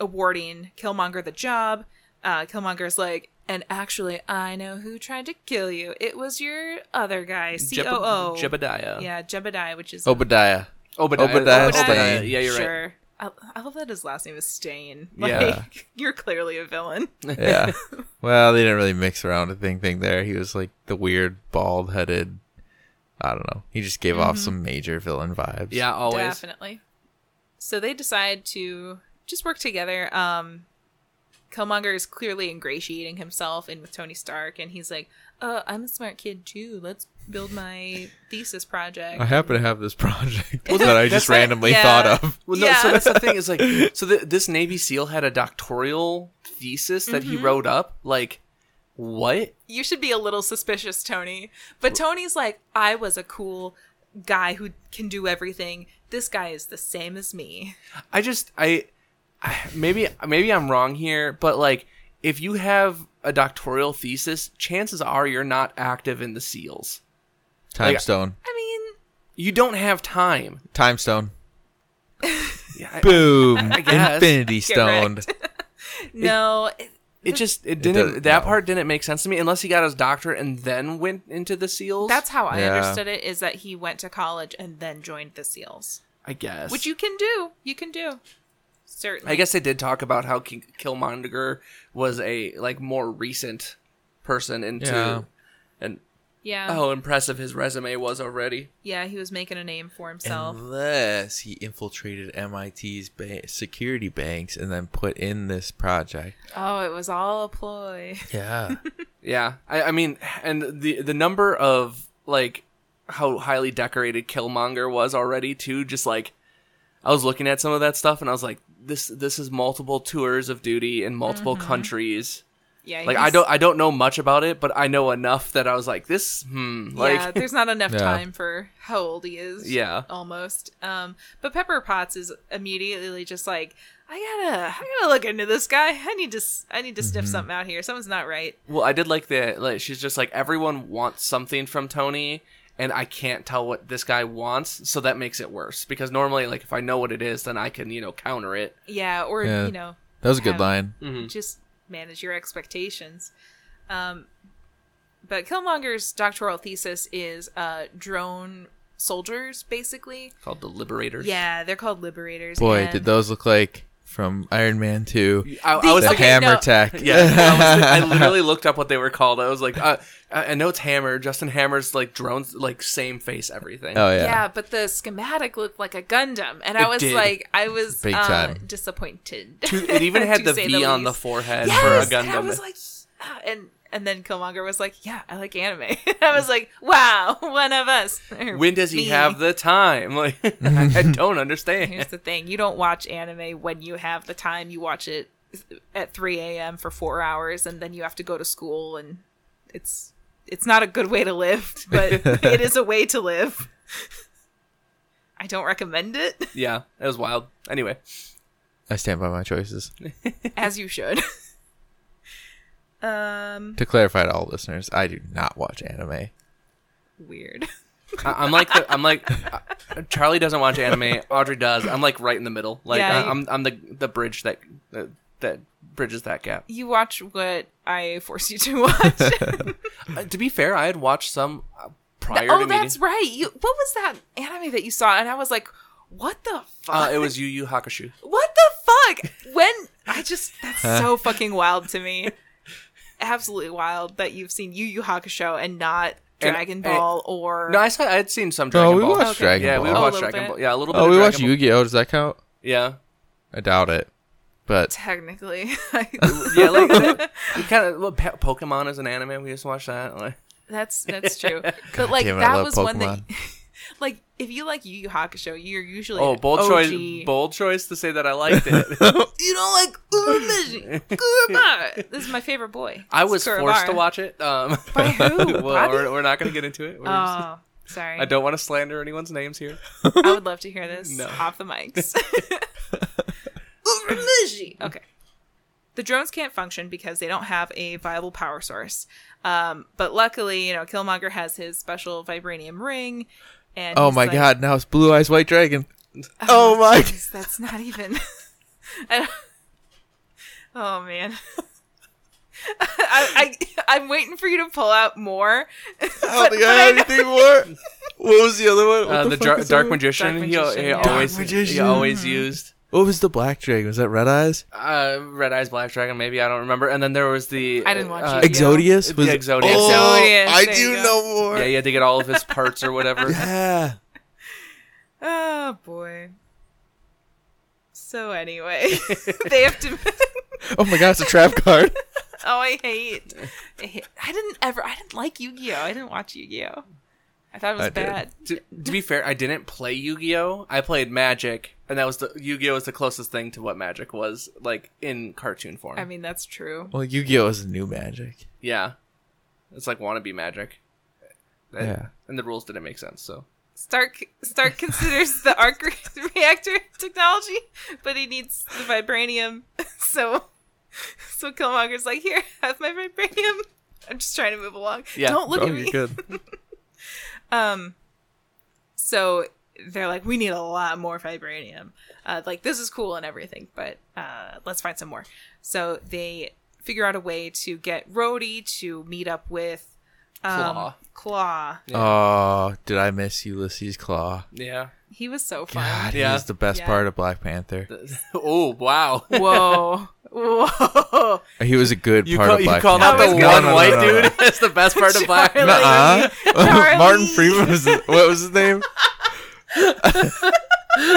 C: awarding Killmonger the job, uh, Killmonger's like, and actually, I know who tried to kill you. It was your other guy, COO.
A: Jeb- Jebediah.
C: Yeah, Jebediah, which
B: Oh, [LAUGHS]
C: is
B: Obadiah.
A: Obadiah.
B: Obadiah Stane.
A: Yeah, you're right.
C: sure. I, I love that his last name is Stain. [LAUGHS] Like,
A: Yeah.
C: you're clearly a villain.
B: Yeah. well, they didn't really mix around a thing thing there. He was like the weird bald headed. I don't know. He just gave off some major villain vibes.
A: Mm-hmm. Yeah, always.
C: Definitely. So they decide to just work together. Um, Killmonger is clearly ingratiating himself in with Tony Stark, and he's like, "Oh, I'm a smart kid too. Let's
A: [LAUGHS]
C: build my thesis project."
B: I happen to have this project
A: Well,
B: that I
A: that's
B: just
A: right.
B: randomly
C: Yeah.
B: thought
C: [LAUGHS]
B: of.
A: Well, no,
C: Yeah.
A: so that's the thing
C: [LAUGHS]
A: is like, so th- this Navy SEAL had a doctoral thesis that
C: Mm-hmm.
A: he wrote up. Like, what?
C: You should be a little suspicious, Tony. But Tony's like, "I was a cool guy who can do everything. This guy is the same as me."
A: I just I, I maybe maybe I'm wrong here, but like if you have a doctoral thesis, chances are you're not active in the SEALs.
B: Time
A: Like-
B: stone.
C: I mean,
A: You don't have time.
B: Time stone.
A: Yeah, I-
B: Boom.
A: guess.
B: Infinity stone.
C: no, it-
A: it just it didn't
B: does-
A: that
B: no.
A: part didn't make sense to me unless he got his doctorate and then went into the SEALs.
C: that's how I
B: Yeah.
C: understood it. Is that he went to college and then joined the SEALs.
A: I guess.
C: which you can do. You can do. Certainly.
A: I guess they did talk about how Ki- Killmonger was a like more recent person into
B: Yeah.
A: and
C: Yeah.
A: how impressive his resume was already.
C: Yeah, he was making a name for himself.
B: Unless he infiltrated MIT's ba- security banks and then put in this project.
C: oh, it was all a ploy. [LAUGHS]
B: Yeah.
A: Yeah, I, I mean, and the the number of like how highly decorated Killmonger was already too. Just like I was looking at some of that stuff, and I was like, this this is multiple tours of duty in multiple
C: Mm-hmm.
A: countries.
C: Yeah.
A: Like I
C: he's-
A: don't I don't know much about it, but I know enough that I was like, this hmm like
C: yeah,
A: [LAUGHS]
C: there's not enough
B: Yeah.
C: time for how old he is.
A: Yeah.
C: Almost. Um, but Pepper Potts is immediately just like, I gotta, I gotta look into this guy. I need to, s- I need to
A: Mm-hmm.
C: sniff something out here. Something's not right.
A: Well, I did like the like she's just like everyone wants something from Tony and I can't tell what this guy wants, so that makes it worse because normally like if I know what it is, then I can, you know, counter it.
C: Yeah. Or
B: Yeah.
C: you know,
B: [LAUGHS] That was a good
C: Have-
B: line.
A: Hmm.
C: just manage your expectations. Um, but Killmonger's doctoral thesis is uh, drone soldiers, basically.
A: Called the liberators.
C: Yeah, they're called liberators.
B: Boy,
C: and-
B: did those look like from Iron Man 2.
A: I, I
C: The-
A: was
B: The
C: Okay, [LAUGHS]
A: thinking
B: hammer [LAUGHS]
C: no.
B: tech.
A: Yeah, I, was-
B: [LAUGHS]
A: I literally looked up what they were called. I was like, uh, I I know it's Hammer. Justin Hammer's like drones, like same face, everything.
B: oh, yeah.
C: Yeah. but the schematic looked like a Gundam, and I
A: It
C: was
A: did.
C: like, I was
B: Big
C: uh,
B: time.
C: disappointed.
A: Two- It
C: [LAUGHS]
A: even had
C: to
A: the
C: say
A: V on the
C: least.
A: forehead
C: Yes,
A: for a
C: and I
A: Gundam.
C: was like, "Ah," and and then Killmonger was like, Yeah, I like anime. [LAUGHS] I was like, Wow, [LAUGHS] one of us. Or
A: when does he
C: me.
A: have the time? [LAUGHS] Like,
B: [LAUGHS]
A: I don't understand.
C: Here's the thing: you don't watch anime when you have the time. You watch it at 3 a.m. for four hours, and then you have to go to school, and it's it's not a good way to live, [LAUGHS]
A: [LAUGHS]
C: but it is a way to live. I don't recommend it, [LAUGHS]
A: Yeah, it was wild. Anyway,
B: I stand by my choices.
C: Mm-hmm. as you should. Um,
B: To clarify to all listeners, I do not watch anime.
C: weird.
A: I, I'm like, the, I'm like, uh, Charlie doesn't watch anime. Audrey does. I'm like right in the middle. Like,
C: Yeah,
A: I,
C: you-
A: I'm, I'm the the bridge that uh, that bridges that gap.
C: You watch what I force you to [LAUGHS] watch.
A: Uh, to be fair, I had watched some uh, prior.
C: oh,
A: to meeting.
C: that's right. You what was that anime that you saw? And I was like, what the fuck?
A: Uh, it was Yu Yu Hakusho.
C: What the fuck? When I just
A: [LAUGHS]
C: that's so fucking wild to me. Absolutely wild that you've seen Yu Yu Hakusho and not
A: And-
C: Dragon
A: and-
C: Ball or
A: No, I saw. I had seen some
B: No,
A: Dragon
B: Oh, we
A: Ball.
B: watched
C: Okay.
B: Dragon
A: Yeah,
B: Ball.
A: we
C: Oh, a
A: watched
C: little
A: Dragon
C: bit.
A: Ball. Yeah, a little bit.
B: oh,
A: of
B: we
A: Dragon
B: watched
A: Ball.
B: Yu Gi Oh! Does that count?
A: Yeah,
B: I doubt it. But
C: technically. [LAUGHS]
A: [LAUGHS] yeah. Like [LAUGHS] that- we kind of well, Pe- Pokemon is an anime. We just watched that. Like, [LAUGHS]
C: that's that's true. But like
B: damn it, I
C: that
B: love
C: was one that [LAUGHS] Like if you like Yu Yu Hakusho, you're usually
A: Oh,
C: an
A: bold
C: OG.
A: choice! Bold choice to say that I liked
C: [LAUGHS]
A: it.
C: You don't like
A: [LAUGHS]
C: Umiji. Kurama. This is my favorite boy.
A: I
C: It's
A: was forced
C: Kurabara.
A: to watch it. Um,
C: By who?
A: [LAUGHS] well,
C: Bobby?
A: we're, we're not going to get into it. We're just-
C: Oh, sorry.
A: I don't want to slander anyone's names here.
C: I would love to hear this
A: No.
C: off
B: [LAUGHS]
C: the mics. [LAUGHS] Urumiji.
B: Mm.
C: okay. The drones can't function because they don't have a viable power source. Um, but luckily, you know, Killmonger has his special vibranium ring. And
B: Oh
C: he's
B: my
C: like, Uh-huh.
B: god, now it's Blue Eyes White Dragon. Oh my
C: [LAUGHS]
B: god. [LAUGHS]
C: Jeez, that's not even. [LAUGHS] I don't- [LAUGHS] oh man. [LAUGHS] I, I I'm waiting for you to pull out more.
B: I don't think I
C: but I
B: had
C: know- [LAUGHS]
B: anything more. What was the other one? What
A: Uh, the
B: fuck
A: Dra-
B: is the
A: Dark
B: other one?
A: Magician.
C: Dark
A: he, al-
C: Magician,
A: he
C: yeah.
A: always
B: Dark
A: he
B: Magician.
A: always used
B: What was the Black Dragon? Was that Red Eyes?
A: uh, Red Eyes Black Dragon. Maybe I don't remember. And then there was the
C: I didn't watch
A: uh,
C: it.
B: Exodius? Was
A: Yeah,
B: it-
A: Exodius.
B: Oh,
C: Exodius,
B: I
C: there
B: do
C: you go.
B: know more.
A: Yeah,
B: Yeah.
A: you had to get all of his parts or whatever.
B: [LAUGHS]
C: Oh boy. So anyway, [LAUGHS] they have to.
B: [LAUGHS]
C: [LAUGHS]
B: Oh my god, it's a trap card. [LAUGHS]
C: oh, I hate. I hate- I didn't ever. I didn't like Yu Gi Oh. I didn't watch Yu Gi Oh. I thought it was
B: I did.
C: bad.
A: to, to be fair, I didn't play Yu-Gi-Oh. I played Magic, and that was the Yu-Gi-Oh was the closest thing to what Magic was like in cartoon form.
C: I mean, that's true.
B: Well, Yu Gi Oh! is new magic.
A: yeah, it's like wannabe Magic. And,
B: Yeah.
A: and the rules didn't make sense. So
C: Stark Stark considers the arc [LAUGHS] re- reactor technology, but he needs the vibranium. [LAUGHS] So, so Killmonger's like, "Here, have my vibranium." I'm just trying to move along.
A: Yeah.
C: Don't look
B: oh,
C: at
B: you're
C: me. [LAUGHS]
B: good.
C: Um, so they're like, we need a lot more vibranium. Uh, like this is cool and everything, but uh, let's find some more. So they figure out a way to get Rhodey to meet up with um,
A: Claw.
C: Claw.
B: Oh, did I miss Ulysses Claw?
A: yeah.
C: He was so fun.
B: God, he
A: Yeah.
B: was the best
C: Yeah.
B: part of Black Panther.
A: [LAUGHS] oh
B: [LAUGHS]
A: wow.
C: Whoa, whoa!
B: He was a good
A: You,
B: part
A: call,
B: of
A: you
B: Black
A: called out
B: Panther.
A: the
C: No,
A: one
C: no,
A: white
C: no,
B: no,
A: dude [LAUGHS]
B: no.
A: as the best part of Black
C: Charlie.
A: Panther. [LAUGHS]
B: Nuh-uh. [LAUGHS]
C: Charlie.
B: Martin Freeman was what was his name?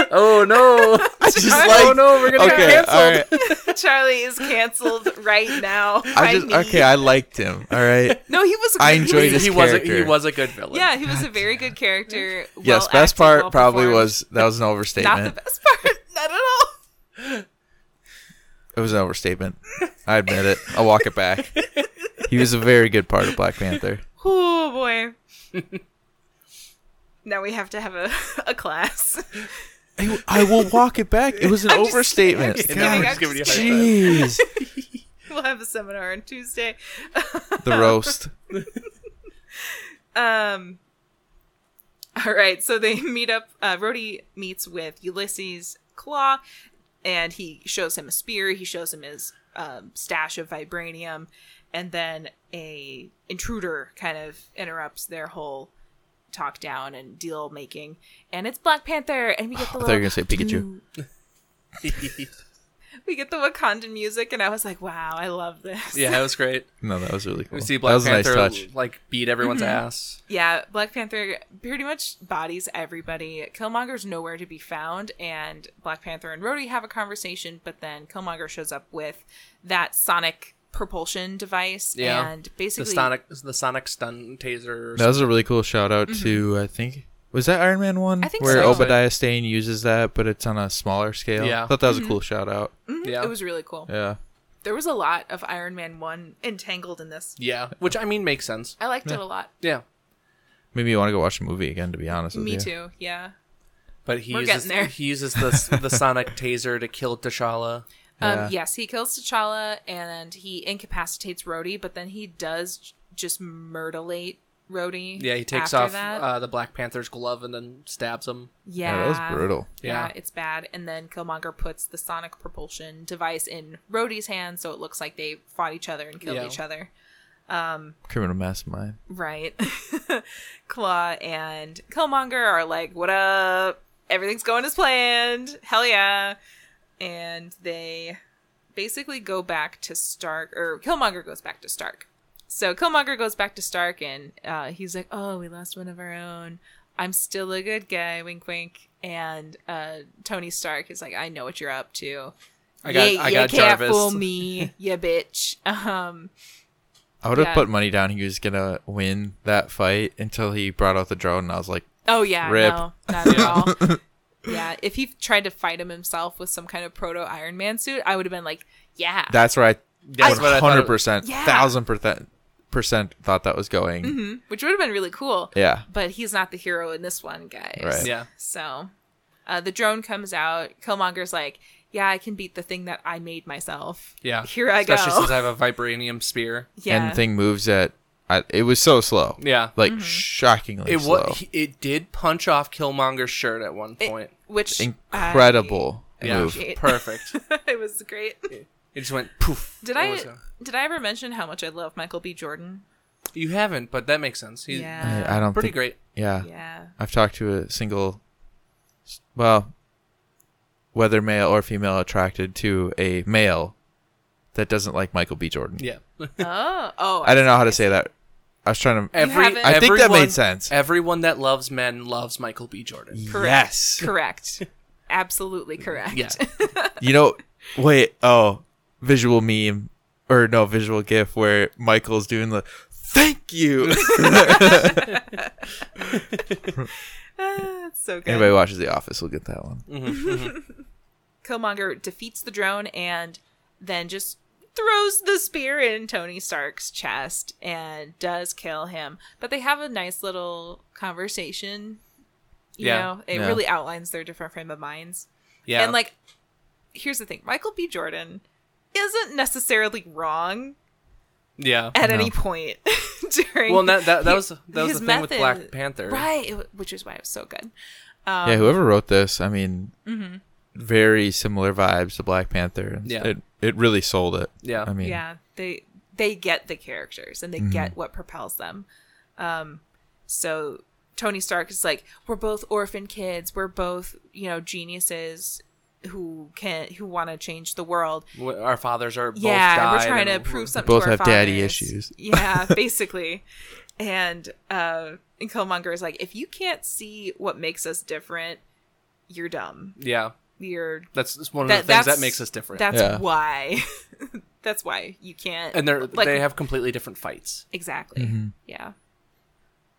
A: Oh
B: [LAUGHS]
A: no!
B: I just
C: Charlie.
B: like
A: oh no, we're gonna
B: okay,
A: get
B: all
A: canceled.
B: right.
C: Charlie is canceled right now.
B: I
A: [LAUGHS]
B: just
C: need-
B: okay. I liked him. All right.
C: no, he was. A good,
B: I
C: he was-
B: enjoyed his
A: He was a, he
B: character.
A: was a good villain.
C: Yeah, he was a very good character.
B: yes,
C: well
B: best
C: acted,
B: part
C: well
B: probably
C: performed.
B: was that was an
C: not the
B: overstatement.
C: best part. [LAUGHS] Not at all.
B: It was an overstatement. I admit it. I'll walk it
C: [LAUGHS]
B: back. He was a very good part of Black Panther.
C: Oh boy. [LAUGHS] now we have to have a, [LAUGHS] a class. [LAUGHS]
B: I, I will walk it back. It was an
C: I'm just-
B: overstatement.
C: I'm just
A: And now
C: [LAUGHS]
A: we're
C: kidding,
B: God,
A: just giving you a high five.
B: Jeez,
C: We'll have a seminar on Tuesday.
B: the roast.
C: Um All right, so they [LAUGHS] meet up uh Rhodey meets with Ulysses Claw and he shows him a spear, he shows him his um, stash of vibranium and then a intruder kind of interrupts their whole talk down and deal making and it's Black Panther and
B: [SIGHS]
C: we get
B: I thought you
C: the little
B: were gonna say Pikachu.
C: [LAUGHS] we get the Wakandan music, and I was like, wow, I love this.
A: [LAUGHS] yeah, it was great.
B: No, that was really cool.
A: We see
B: that
A: Black
B: was
A: Panther
B: a nice touch.
A: like beat everyone's
C: Mm-hmm.
A: ass.
C: Yeah, Black Panther pretty much bodies everybody. Killmonger's nowhere to be found, and Black Panther and Rhodey have a conversation, but then Killmonger shows up with that sonic propulsion device,
A: Yeah.
C: and
A: The
C: basically,
A: sonic, the sonic stun taser. or
B: That was a really cool shout out to I think was that Iron Man one
C: Mm-hmm. I think
B: where
C: so.
B: Obadiah Stane uses that, but it's on a smaller scale.
A: Yeah.
B: I thought that was
C: Mm-hmm.
B: a cool shout out.
A: something. yeah.
C: it was really cool.
B: Yeah,
C: There was a lot of Iron Man 1 entangled in this.
A: yeah, which I mean makes sense.
C: I liked it a lot.
A: Yeah,
B: maybe you want to go watch the movie again. To be honest with
C: Me
B: you,
C: too, yeah.
A: but he
C: We're
A: uses
C: getting there.
A: he uses the the sonic taser to kill T'Challa.
B: Yeah.
C: Um, yes, he kills T'Challa and he incapacitates Rhodey, but then he does j- just murderate Rhodey.
A: Yeah, he takes
C: after
A: off
C: that.
A: uh, the Black Panther's glove and then stabs him.
C: yeah.
B: that was brutal.
C: Yeah.
A: Yeah.
C: it's bad. And then Killmonger puts the sonic propulsion device in Rhodey's hand, so it looks like they fought each other and killed
A: Yeah.
C: each other.
B: Criminal Mastermind.
C: Right. [LAUGHS] Claw and Killmonger are like, what up? Everything's going as planned. Hell yeah. And they basically go back to Stark, or Killmonger goes back to Stark. So Killmonger goes back to Stark and uh, he's like, oh, we lost one of our own. I'm still a good guy, wink, wink. And uh, Tony Stark is like, I know what you're up to.
A: I got
C: you,
A: I got
C: you can't
A: Jarvis. [LAUGHS]
C: fool me, you bitch. Um,
B: I would have
C: Yeah.
B: put money down he was gonna win that fight until he brought out the drone, and I was like,
C: Oh yeah,
B: Rip.
C: no, not
B: [LAUGHS]
C: at all. yeah, if he tried to fight him himself with some kind of proto Iron Man suit, I would have been like, yeah,
B: That's where I
A: That's what I thought it-
B: 100%,
C: Yeah.
B: 1000% percent thought that was going.
A: Mm-hmm.
C: Mhm, which would have been really cool.
B: Yeah.
C: But he's not the hero in this one, guys.
B: Right.
A: Yeah.
C: So, uh, the drone comes out. Killmonger's like, yeah, I can beat the thing that I made myself.
A: Yeah.
C: Here I
A: Especially
C: go.
A: since I have a vibranium spear.
C: yeah.
B: And the thing moves at I, it was so slow.
A: Yeah.
B: Like shockingly
A: It
B: slow.
A: was. It did punch off Killmonger's shirt at one
C: It-
A: point.
C: which
B: Incredible
A: Yeah.
B: move.
C: It- [LAUGHS]
A: Perfect.
C: I, [LAUGHS] it was great.
A: It just went poof.
C: Did
A: It
C: I
A: was uh, a-
C: did I ever mention how much I love Michael B. Jordan?
A: You haven't, but that makes sense. He's
C: Yeah.
B: I, I don't
A: pretty
B: think-
A: great.
B: Yeah.
C: Yeah.
B: I've talked to a single well whether male or female attracted to a male that doesn't like Michael B. Jordan.
A: Yeah.
C: Oh, oh,
B: I don't know how to say that. I was trying
C: Eh,
B: to
A: Every,
C: haven't- I
B: think that
A: everyone-
B: made sense.
A: Everyone that loves men loves Michael B. Jordan.
C: Correct.
B: Yes.
C: Correct. Absolutely correct. [LAUGHS]
A: Yeah.
B: You know, wait, oh, visual meme or no visual gif where Michael's doing the thank [LAUGHS] you.
C: That's so good.
B: Anybody watches The Office will get that one.
C: Killmonger defeats the drone and then just throws the spear in Tony Stark's chest and does kill him. But they have a nice little conversation. You
A: Yeah.
C: know, it
B: Yeah.
C: really outlines their different frame of minds.
A: Yeah.
C: And like here's the thing, Michael B. Jordan isn't necessarily wrong
A: yeah.
C: at
B: No.
C: any point [LAUGHS] during
A: Well, that
C: [LAUGHS]
A: that, that was that was
C: his
A: the thing with
C: method-
A: Black Panther.
C: Right, it w- which is why it was so good.
B: yeah,
C: Um,
B: whoever wrote this, I mean,
C: mm-hmm.
B: very similar vibes to Black Panther.
A: Yeah.
B: It, it really sold it.
A: Yeah.
B: I mean,
C: yeah they they get the characters and they
B: Mm-hmm.
C: get what propels them um so tony stark is like we're both orphan kids we're both you know geniuses who can who want to change the world
A: Wh- Our fathers are both
C: yeah
A: died
C: we're trying to
A: and-
C: prove something
B: both
C: to our
B: have daddy
C: fathers.
B: issues. [LAUGHS]
C: yeah basically and uh and killmonger is like if you can't see what makes us different you're dumb
A: Yeah.
C: you're
A: That's that's one of
C: that,
A: the things
C: that's,
A: that makes us different.
C: that's
B: Yeah.
C: why [LAUGHS] that's why you can't
A: and they're
C: like,
A: they have completely different fights.
C: Exactly.
B: Mm-hmm.
C: Yeah.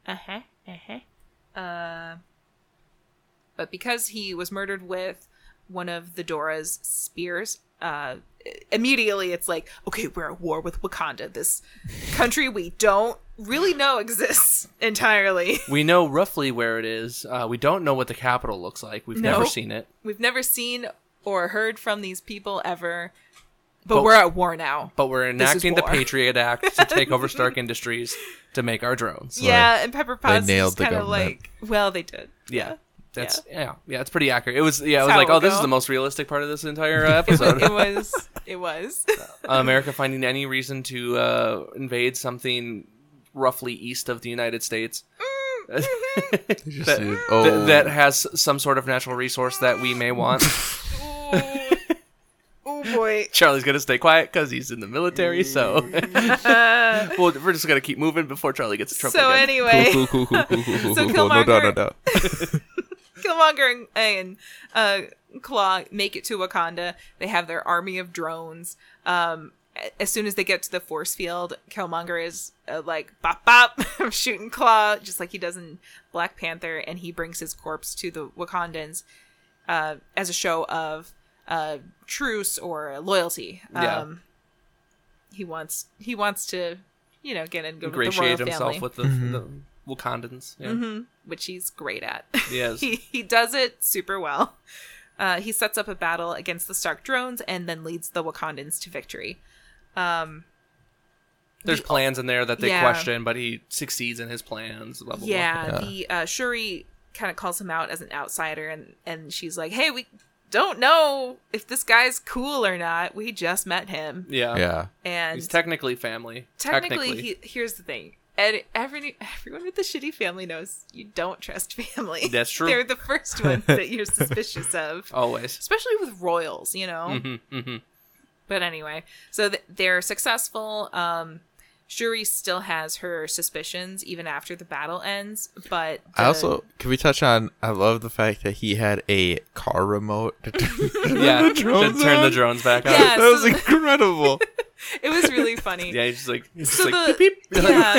C: Uh huh. Uh huh. Uh. But because he was murdered with one of the Dora's spears, uh, immediately it's like, okay, we're at war with Wakanda, this country we don't really know exists [LAUGHS] entirely.
A: We know roughly where it is. Uh, we don't know what the capital looks like. We've never
C: Nope.
A: seen it.
C: We've never seen or heard from these people ever, but,
A: But-
C: we're at war now.
A: But we're
C: is
A: enacting the
C: war.
A: Patriot Act
C: [LAUGHS]
A: to take over Stark Industries to make our drones.
C: yeah, and Pepper Potts
B: nailed
C: is
B: the
C: kind of
B: government.
C: like, well, they did.
A: Yeah. That's yeah. yeah, it's pretty accurate. It was yeah, I was
C: how
A: like,
C: it
A: oh, this is
C: go.
A: the most realistic part of this entire uh,
C: [LAUGHS] It wa-
A: episode. Uh,
C: it was.
B: [LAUGHS]
C: It was.
A: America finding any reason to uh, invade something roughly east of the United States
C: Mm-hmm.
A: [LAUGHS]
B: They just
A: that,
B: did-
A: th-
B: oh,
A: that
C: [LAUGHS]
A: has some sort of natural resource that we may want.
C: oh boy.
A: Charlie's gonna stay quiet because he's in the military,
C: [LAUGHS]
A: so well, we're just gonna keep moving before Charlie gets in trouble.
C: So
A: again.
C: anyway,
B: Cool, cool, cool, cool, cool, cool,
C: So
B: cool, cool. No, no, no,
C: Killmonger-
B: no.
C: Killmonger and, and uh, Claw make it to Wakanda. They have their army of drones. Um, a- as soon as they get to the force field, Killmonger is uh, like bop bop [LAUGHS] shooting Claw just like he does in Black Panther, and he brings his corpse to the Wakandans uh, as a show of uh, truce or loyalty. Um,
A: Yeah.
C: He wants he wants to you know get in good with the royal
A: ingratiate himself
C: family. Mm-hmm.
A: with the, the Wakandans. Yeah.
C: which he's great at.
A: Yes.
C: [LAUGHS] he, he does it super well. Uh, he sets up a battle against the Stark drones and then leads the Wakandans to victory.
A: There's plans in there that they
C: Yeah.
A: question, but he succeeds in his plans. Blah, blah, blah.
C: Yeah, the uh, Shuri kind of calls him out as an outsider, and and she's like, "Hey, we don't know if this guy's cool or not. We just met him,
A: yeah,
B: Yeah.
C: and
A: He's technically family.
C: technically, He, here's the thing." And every, everyone with a shitty family knows you don't trust [LAUGHS] family.
A: That's true.
C: They're the first ones that you're suspicious of.
A: always.
C: especially with royals, you know.
A: Mm-hmm,
C: But anyway, so th- they're successful. Um, Shuri still has her suspicions even after the battle ends, but
B: I
C: the-
B: also can we touch on? I love the fact that he had a car remote.
A: Yeah, to
B: drones
A: [LAUGHS] turn the
B: on?
A: drones back on.
B: [LAUGHS]
C: Yeah,
B: that was
C: so-
B: incredible.
C: [LAUGHS] It was really funny.
A: [LAUGHS] Yeah, he's just like, he's
C: So
A: just like
C: the-
A: beep, beep.
C: [LAUGHS] yeah.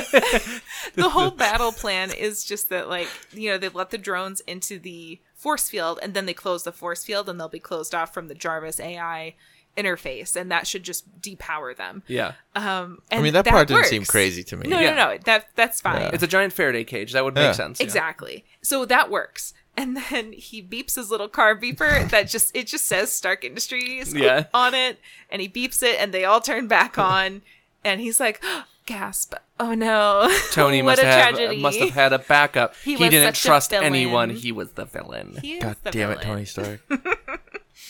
C: the whole battle plan is just that, like, you know, they let the drones into the force field and then they close the force field and they'll be closed off from the Jarvis AI interface and that should just depower them.
A: [LAUGHS] yeah.
C: Um,
B: I
C: and
B: mean, that, part didn't seem
C: works.
B: crazy to me.
C: No,
A: Yeah.
C: no, no. That that's fine.
A: It's a giant Faraday cage. That would make
B: Yeah.
A: sense. yeah.
C: Exactly. So that works. And then he beeps his little
A: [LAUGHS]
C: car beeper that just it just says Stark Industries
A: Yeah.
C: on it, and he beeps it, and they all turn
A: [LAUGHS]
C: back on, and he's like, gasp! Oh no! [LAUGHS]
A: Tony
C: what
A: must
C: a
A: have uh,
C: tragedy!
A: must have had a backup.
C: He
A: He,
C: was
A: didn't
C: such a
A: trust
C: villain.
A: anyone. He was the villain.
C: [LAUGHS] He is
B: God
C: the
B: damn it,
C: villain.
B: Tony
C: [LAUGHS]
B: Stark.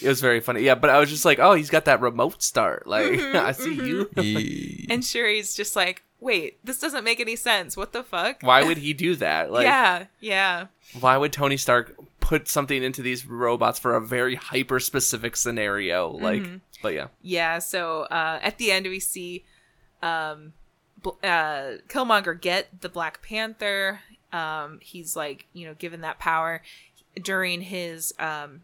A: It was very funny. Yeah, but I was just like, oh, he's got that remote start. Like,
C: Mm-hmm,
A: [LAUGHS] I see you.
B: Yee.
C: And Shuri's just like, wait, this doesn't make any sense. What the fuck?
A: Why would he do that? Like,
C: yeah, yeah.
A: why would Tony Stark put something into these robots for a very hyper specific scenario? Like,
C: Mm-hmm.
A: but yeah,
C: Yeah, so uh, at the end we see um, bl- uh, Killmonger get the Black Panther. Um, he's like, you know, given that power during his um,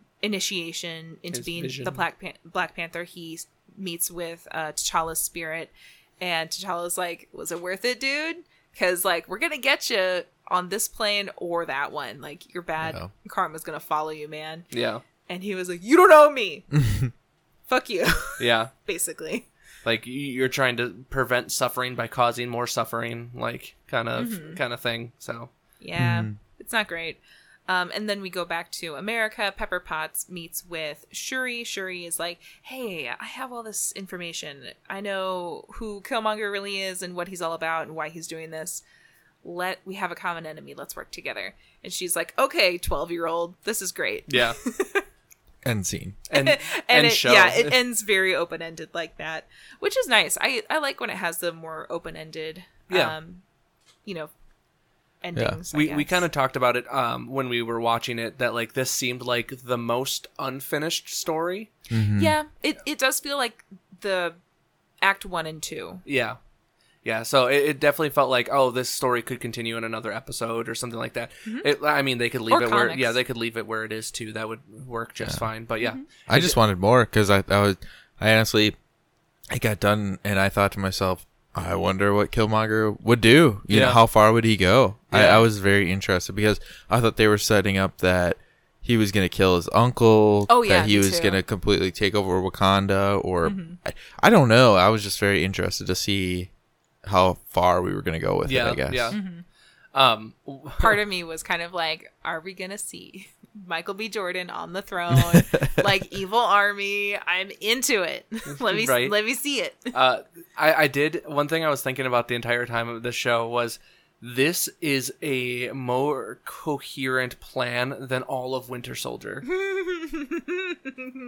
C: initiation into
A: His
C: being
A: vision.
C: the Black Pan- Black Panther. He s- meets with uh, T'Challa's spirit, and T'Challa's like, "Was it worth it, dude? Because like we're gonna get you on this plane or that one. Like your bad
B: Yeah.
C: karma's gonna follow you, man."
A: yeah,
C: And he was like, "You don't owe
A: [LAUGHS]
C: me. Fuck you."
A: yeah.
C: basically.
A: Like y- you're trying to prevent suffering by causing more suffering, like kind of
C: Mm-hmm.
A: kind of thing. So
C: Yeah,
A: Hmm.
C: it's not great. Um, and then we go back to America. Pepper Potts meets with Shuri. Shuri is like, "Hey, I have all this information. I know who Killmonger really is and what he's all about and why he's doing this. Let we have a common enemy. Let's work together." And she's like, "Okay, twelve year old, this is great." [LAUGHS]
A: yeah,
B: End scene.
A: and and,
C: and it,
A: show.
C: yeah, it ends very open ended like that, which is nice. I I like when it has the more open ended,
A: Yeah.
C: um, you know, endings. I
A: we, we
C: guess.
A: kind of talked about it um, when we were watching it that like this seemed like the most unfinished story
C: Yeah, it, it does feel like the act one and two.
A: yeah yeah so it, it definitely felt like oh this story could continue in another episode or something like that it, i mean they could leave
C: Mm-hmm.
A: it
C: Or
A: where
C: comics.
A: yeah they could leave it where it is too that would work just fine but yeah
C: Mm-hmm.
B: I just wanted more because I, I was, I honestly, I got done and I thought to myself, I wonder what Killmonger would do. You know,
A: Yeah.
B: how far would he go? I,
A: Yeah.
B: I was very interested because I thought they were setting up that he was going to kill his uncle.
C: Oh, yeah,
B: that he
C: me
B: was
C: too. Mm-hmm.
B: going to completely take over Wakanda, or I, I don't know. I was just very interested to see how far we were going to go with
A: yeah
B: it. I guess.
A: yeah
C: Mm-hmm.
A: um [LAUGHS] w-
C: Part of me was kind of like, are we gonna see [LAUGHS] Michael B. Jordan on the
A: [LAUGHS]
C: throne, like evil army? I'm into it. [LAUGHS] let me
A: Right.
C: let me see it. [LAUGHS]
A: uh, I, I did one thing I was thinking about the entire time of the show was this is a more coherent plan than all of Winter Soldier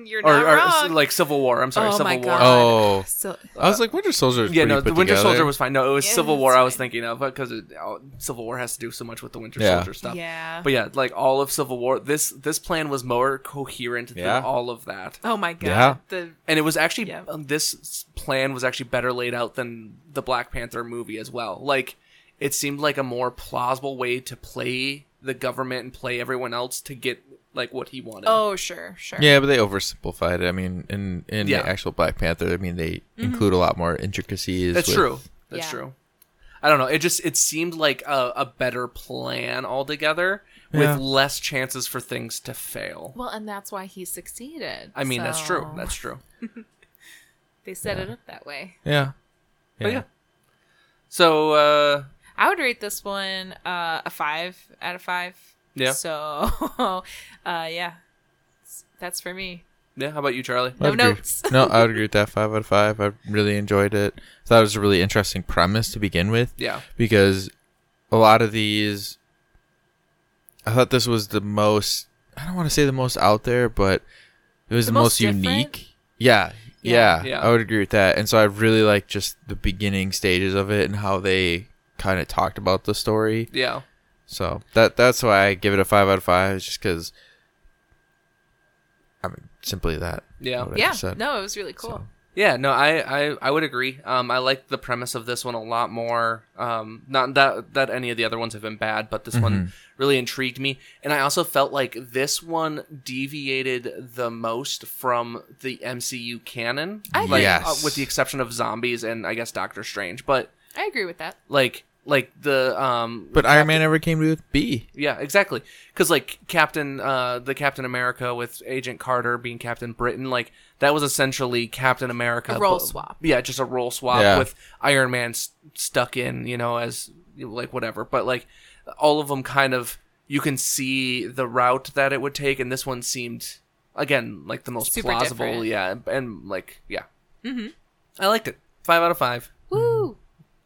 C: You're
A: or,
C: not
A: or
C: wrong.
A: s- like Civil War. I'm sorry,
C: Oh
A: Civil
C: my
A: War.
C: God.
B: Oh,
C: so
B: I was like, Winter Soldier. Is
A: Yeah,
B: pretty
A: no,
B: Oh, put
A: the Winter
B: together.
A: Soldier was fine. No, it was
C: Yeah,
A: Civil War
C: that's
A: I was
C: fine.
A: thinking of because oh, Civil War has to do so much with the Winter
B: Yeah.
A: Soldier stuff.
C: yeah.
A: But yeah, like all of Civil War, this this plan was more coherent
B: Yeah.
A: than all of that,
C: oh my god.
B: Yeah.
C: The
A: and it was actually
C: Yeah.
A: um, this s- plan was actually better laid out than the Black Panther movie as well. Like it seemed like a more plausible way to play the government and play everyone else to get like what he wanted.
C: oh sure sure
B: Yeah, but they oversimplified it. I mean, in in
A: Yeah. Mm-hmm.
B: the actual Black Panther, I mean, they include a lot more intricacies.
A: That's
B: with-
A: true. That's
C: Yeah.
A: true. I don't know. It just it seemed like a, a better plan altogether
B: Yeah.
A: with less chances for things to fail.
C: Well, and that's why he succeeded.
A: I mean, that's true.
C: so
A: That's true.
C: they set it up that way.
B: Yeah.
A: But yeah. So uh
C: I would rate this one uh, a five out of five.
A: Yeah.
C: So, [LAUGHS] uh, yeah, S- that's for me.
A: yeah, how about you, Charlie?
B: I
C: No
B: would agree.
C: notes.
B: no, I would agree with that. Five out of five. I really enjoyed it. thought it was a really interesting premise to begin with.
A: Yeah.
B: Because a lot of these, I thought this was the most. I don't want to say the most out there, but it was
C: The
B: the,
C: most
B: most,
C: different?
B: unique. Yeah, yeah,
C: Yeah.
A: Yeah.
B: I would agree with that. And so I really like just the beginning stages of it and how they kind of talked about the story.
A: Yeah.
B: So that that's why I give it a five out of five, is just because. I mean, simply that.
A: Yeah.
B: what I
C: Yeah,
B: just said.
C: no, it was really cool.
B: So,
A: Yeah, no, I, I, I would agree. Um, I like the premise of this one a lot more. Um, not that that any of the other ones have been bad, but this one really intrigued me, and I also felt like this one deviated the most from the MCU canon.
C: I
A: like,
B: Yes.
A: uh, with the exception of zombies and I guess Doctor Strange, but
C: I agree with that.
A: like like the um
B: But Iron Man never came to be.
A: yeah exactly because like Captain uh the Captain America with Agent Carter being Captain Britain like that was essentially Captain America
C: A role
A: but-
C: swap.
A: yeah just a role swap
B: Yeah.
A: with Iron Man s- stuck in you know as like whatever but like all of them kind of you can see the route that it would take and this one seemed again like the most
C: Super
A: plausible
C: different.
A: yeah and like yeah mm-hmm. I liked it five out of five
B: Mm.
C: Woo!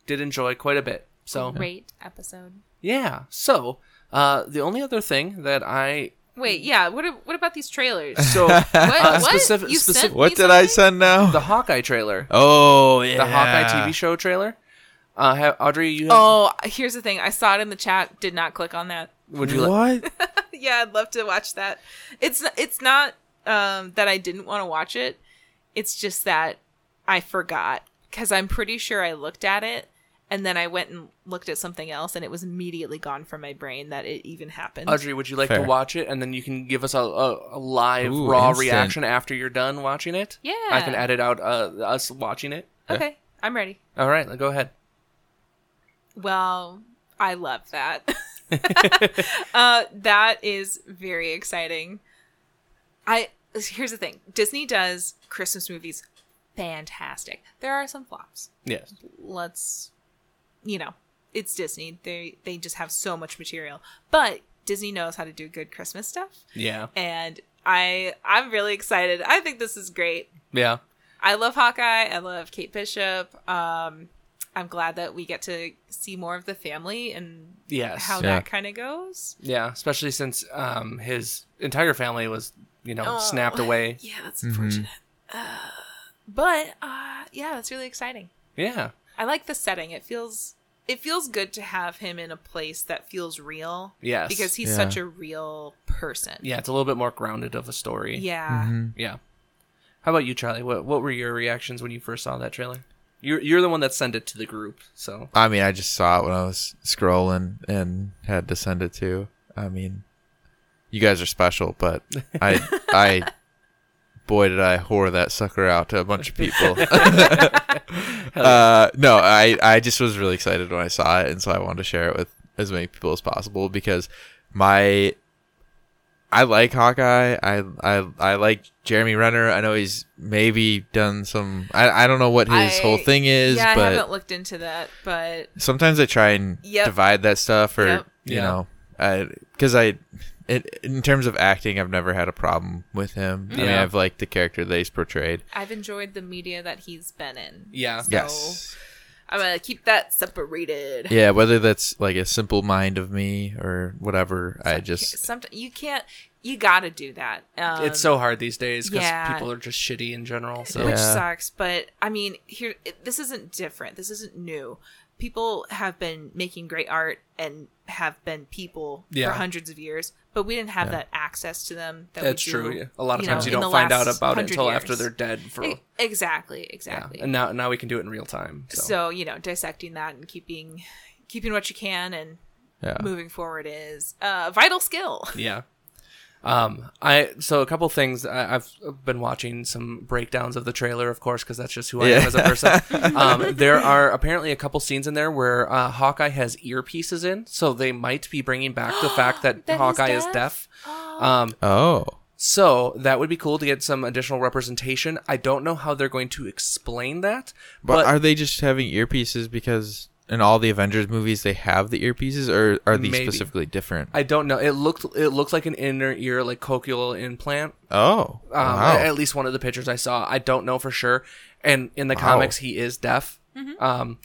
A: did enjoy quite a bit so
C: Great episode.
A: yeah. So uh, the only other thing that I
C: Wait, yeah. What? a- What about
B: [LAUGHS]
C: these trailers?
A: so
C: What?
A: Uh,
C: what?
A: specific-
C: you
A: specific-
C: sent me
B: What did I
C: something?
B: send now?
A: the Hawkeye trailer,
B: oh yeah,
A: the Hawkeye TV show trailer. Uh, ha Audrey, you have,
C: Oh, here's the thing. I saw it in the chat. Did not click on that.
A: would you like?
B: What?
C: yeah, I'd love to watch that. It's it's not um, that I didn't want to watch it. It's just that I forgot because I'm pretty sure I looked at it and then I went and looked at something else and it was immediately gone from my brain that it even happened.
A: Audrey, would you like to
B: Fair.
A: watch it, and then you can give us a, a, a live
B: Ooh,
A: raw
B: instant.
A: reaction after you're done watching it?
C: Yeah.
A: I can edit out uh, us watching it.
C: okay, I'm ready.
A: All right, go ahead.
C: Well, I love that. [LAUGHS] uh, that is very exciting. I here's the thing. Disney does Christmas movies fantastic. There are some flops.
A: Yes.
C: let's you know it's disney they they just have so much material but disney knows how to do good christmas stuff
A: Yeah.
C: and i i'm really excited i think this is great
A: Yeah.
C: i love hawkeye i love kate bishop um i'm glad that we get to see more of the family and
A: Yes.
C: how
B: Yeah.
C: that kind of goes
A: Yeah. Especially since um, his entire family was, you know,
C: Oh.
A: snapped
C: [LAUGHS]
A: away.
C: yeah that's unfortunate uh, but uh yeah that's really exciting
A: Yeah.
C: i like the setting it feels it feels good to have him in a place that feels real
A: Yes.
C: because he's
B: Yeah.
C: such a real person.
A: yeah, it's a little bit more grounded of a story.
C: Yeah.
B: Mm-hmm.
A: Yeah. How about you, Charlie? What what were your reactions when you first saw that trailer? You're you're the one that sent it to the group, so
B: I mean, I just saw it when I was scrolling and had to send it to. I mean, you guys are special, but
C: [LAUGHS]
B: I, I, boy, did I whore that sucker out to a bunch of
C: [LAUGHS]
B: people. [LAUGHS] uh, no, I, I just was really excited when I saw it, and so I wanted to share it with as many people as possible because my I like Hawkeye. I I I like Jeremy Renner. I know he's maybe done some. I, I don't know what his
C: I-
B: whole thing is.
C: yeah,
B: but
C: I haven't looked into that, but
B: sometimes I try and
C: Yep.
B: divide that stuff, or
C: Yep.
B: you
A: Yeah.
B: know, because I, it, in terms of acting, I've never had a problem with him. I mean,
A: Yeah.
B: I've liked the character that he's portrayed.
C: I've enjoyed the media that he's been in.
A: yeah.
C: So-
B: Yes,
C: I'm gonna keep that separated.
B: yeah. Whether that's like a simple mind of me or whatever, I just
C: Sometimes you can't. You gotta do that. Um,
A: it's so hard these days because
C: yeah.
A: people are just shitty in general. So
C: which
B: Yeah.
C: sucks. But I mean, here it- this isn't different. This isn't new. People have been making great art and have been people
A: Yeah.
C: for hundreds of years, but we didn't have that access to them. That we
A: that's
C: do,
A: true. yeah. A lot of
C: you know,
A: times you
C: in
A: don't
C: the
A: find out
C: last
A: about it
C: 100
A: until after
C: years.
A: they're dead for
C: E- Exactly.
A: yeah.
C: Exactly.
A: And now now we can do it in real time. So,
C: so. you know dissecting that and keeping keeping what you can and
B: yeah.
C: moving forward is a vital skill
A: yeah. Um, I so a couple things I, I've been watching some breakdowns of the trailer, of course, because that's just who I am
B: Yeah.
A: as a person. um, there are apparently a couple scenes in there where uh, Hawkeye has earpieces in, so they might be bringing back the fact that,
C: That he's
A: Hawkeye is
C: deaf?
A: deaf. Um,
B: Oh,
A: So that would be cool to get some additional representation. I don't know how they're going to explain that,
B: but,
A: but,
B: are they just having earpieces because? In all the Avengers movies, they have the earpieces, or are these
A: Maybe.
B: specifically different?
A: I don't know. It looked it looked like an inner ear, like cochlear implant.
B: oh,
A: Um,
B: wow.
A: At least one of the pictures I saw. I don't know for sure. And in the comics, he is deaf.
C: Mm-hmm.
A: Um,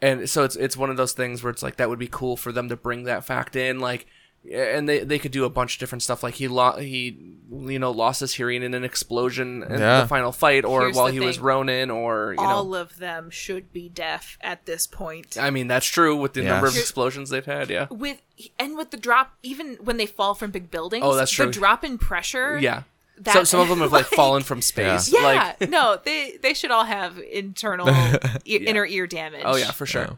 A: and so it's it's one of those things where it's like that would be cool for them to bring that fact in, like, and they they could do a bunch of different stuff. Like he lo- he you know lost his hearing in an explosion in
B: Yeah.
A: the final fight, or
C: Here's
A: while
C: the
A: he was
C: thing.
A: Ronin, or you know.
C: all of them should be deaf at this point
A: I mean, that's true with the
B: Yeah.
A: number of
B: You're-
A: explosions they've had. Yeah.
C: with and with the drop even when they fall from big buildings
A: Oh, that's true.
C: the drop in pressure
A: Yeah.
C: that
A: so some of them have like,
C: [LAUGHS] like-
A: fallen from space.
C: Yeah,
A: Like, [LAUGHS]
C: no, they they should all have internal e- inner ear damage.
A: oh yeah, for sure.
B: Yeah.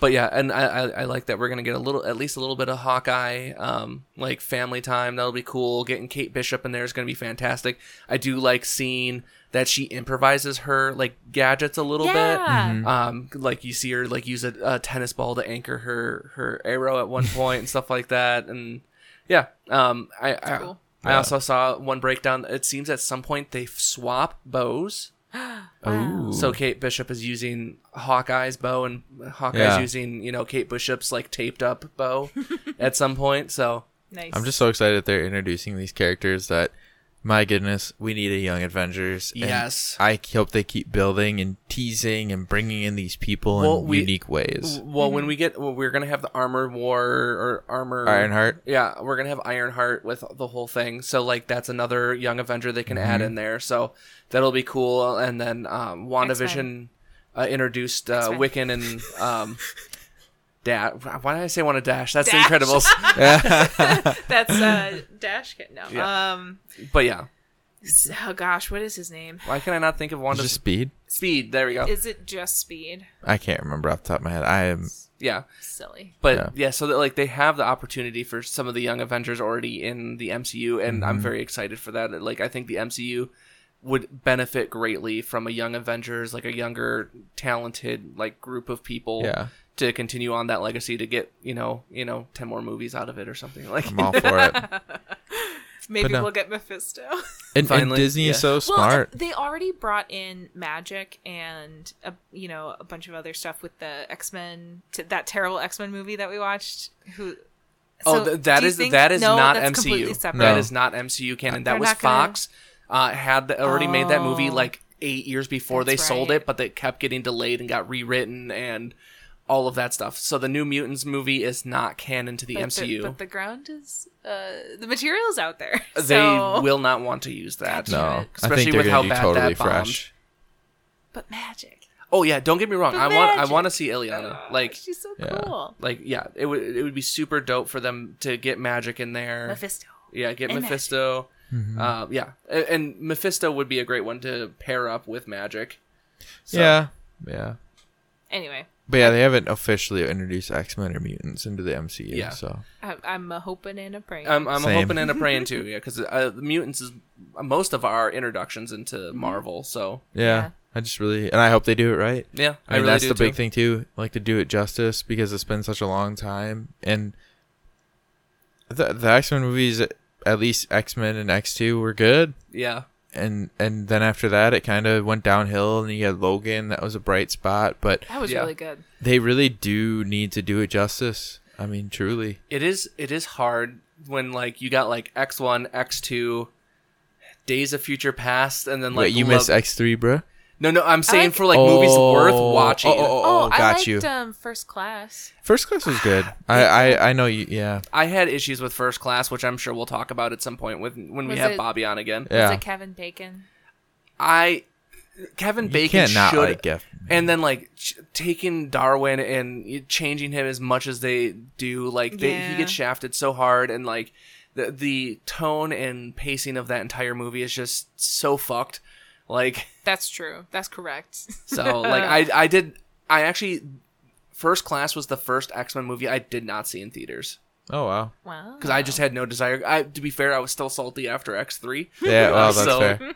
A: But yeah, and I, I I like that we're gonna get a little, at least a little bit of Hawkeye, um, like family time. That'll be cool. Getting Kate Bishop in there is gonna be fantastic. I do like seeing that she improvises her like gadgets a little bit.
C: yeah. Mm-hmm.
A: um like you see her like use a, a tennis ball to anchor her her arrow at one point and stuff like that and yeah um i I,
C: cool.
A: I also saw one breakdown it seems at some point they f- swap bows
B: Ooh.
A: so kate bishop is using hawkeye's bow and hawkeye's
B: Yeah.
A: using you know kate bishop's like taped up bow
C: [LAUGHS]
A: at some point so
C: nice.
B: I'm just so excited that they're introducing these characters that my goodness, we need a young Avengers. and
A: Yes.
B: I hope they keep building and teasing and bringing in these people
A: Well,
B: in
A: we-
B: unique ways.
A: well when we get well, we're gonna have the armor war or armor
B: Ironheart.
A: Yeah, we're gonna have Ironheart with the whole thing. So like that's another young Avenger they can
B: Mm-hmm.
A: add in there. So that'll be cool. And then um, WandaVision uh, introduced uh,
C: X-Men.
A: Wiccan and
C: [LAUGHS]
A: um, Dash. Why did I say want to Dash? That's
C: Dash.
A: incredible.
C: [LAUGHS]
A: [LAUGHS]
C: That's uh, Dash. No.
A: Yeah.
C: Um.
A: but yeah,
C: s- Oh gosh, what is his name?
A: why can I not think of Wanda?
B: [LAUGHS] Just speed.
A: Speed. There we go.
C: Is it just Speed?
B: I can't remember off the top of my head. I am
A: yeah.
C: Silly.
A: But yeah,
B: Yeah.
A: so that like they have the opportunity for some of the young Avengers already in the MCU, and I'm very excited for that. Like I think the MCU would benefit greatly from a young Avengers, like a younger, talented like group of people
B: Yeah.
A: to continue on that legacy to get you know you know ten more movies out of it or something [LAUGHS] like.
B: I'm all for it.
C: Maybe
B: no.
C: we'll get
B: [LAUGHS]
C: Mephisto.
B: And, and
A: Finally,
B: Disney is
A: yeah.
B: so smart.
C: Well, they already brought in magic and a, you know a bunch of other stuff with the X Men. T- that terrible X Men movie that we watched. Who?
A: oh,
C: So,
A: th- that
C: do you
A: is
C: think-
A: that is
C: no,
A: not
C: that's completely
A: MCU.
C: separate.
A: That
B: No.
A: is not MCU canon. That
C: They're
A: was
C: not gonna-
A: Fox uh, had the, already made that movie
C: Oh.
A: like eight years before
C: That's
A: they sold
C: right.
A: it, but they kept getting delayed and got rewritten and all of that stuff. So the New Mutants movie is not canon to the
C: But the-
A: MCU.
C: but the ground is uh, the material's out there.
A: they
C: so-
A: will not want to use that.
C: No.
B: no, I
A: especially
B: think they're
A: with how
B: going to do
A: bad
B: totally
A: that bombed.
B: fresh.
C: But magic.
A: Oh yeah, don't get me wrong.
C: But
A: I want I
C: magic.
A: want to see Ileana. like
C: she's so
B: yeah.
C: cool.
A: like yeah, it would it would be super dope for them to get magic in there.
C: Mephisto.
A: Yeah, get
C: And Magic.
A: Mephisto.
B: Mm-hmm.
A: Uh, yeah, A- and Mephisto would be a great one to pair up with Magic. So-
B: Yeah, yeah.
C: Anyway,
B: But yeah, they haven't officially introduced X Men or mutants into the MCU.
A: Yeah.
B: So
C: I'm, I'm a hoping and a praying.
A: I'm, I'm
B: Same.
A: hoping and a
B: [LAUGHS]
A: praying too. Yeah, because uh, the mutants is most of our introductions
C: Mm-hmm.
A: into Marvel. So
B: yeah,
C: Yeah.
B: I just really and I hope they do it right.
A: yeah,
B: I mean,
A: really
B: that's
A: do
B: the big
A: too.
B: thing too, like to do it justice because it's been such a long time. And the the X Men movies, at least X Men and X Two, were good.
A: Yeah,
B: And and then after that, it kind of went downhill, and you had Logan, that was a bright spot. But
C: that was
A: yeah.
C: really good.
B: they really do need to do it justice. I mean, truly.
A: it is. It is hard when like you got like X one, X two, Days of Future Past, and then like
B: Wait, you
A: Lo-
B: missed X Three, bro?
A: No, no, I'm saying
C: like-
A: for like movies worth
B: Oh,
A: watching.
B: Oh, oh, oh,
C: Oh,
B: got
C: I liked
B: you.
C: Um, first class.
B: First class was good. I, I I know you. Yeah,
A: I had issues with First Class, which I'm sure we'll talk about at some point with when we
C: Was
A: have
C: it-
A: Bobby on again.
B: yeah.
C: Was it Kevin Bacon?
A: I Kevin
B: you
A: Bacon
B: can't not
A: should
B: like Geff.
A: and then like ch- taking Darwin and changing him as much as they do, like they, he
C: Yeah.
A: gets shafted so hard, and like the the tone and pacing of that entire movie is just so fucked.
C: [LAUGHS]
A: Like
C: That's true. That's correct. [LAUGHS]
A: so, like I I did I actually First Class was the first X Men movie I did not see in theaters
B: Oh wow.
C: Wow.
A: because I just had no desire. I to be fair, I was still salty after X
C: [LAUGHS]
A: three. [LAUGHS]
B: Yeah, well, that's
A: So-
B: fair.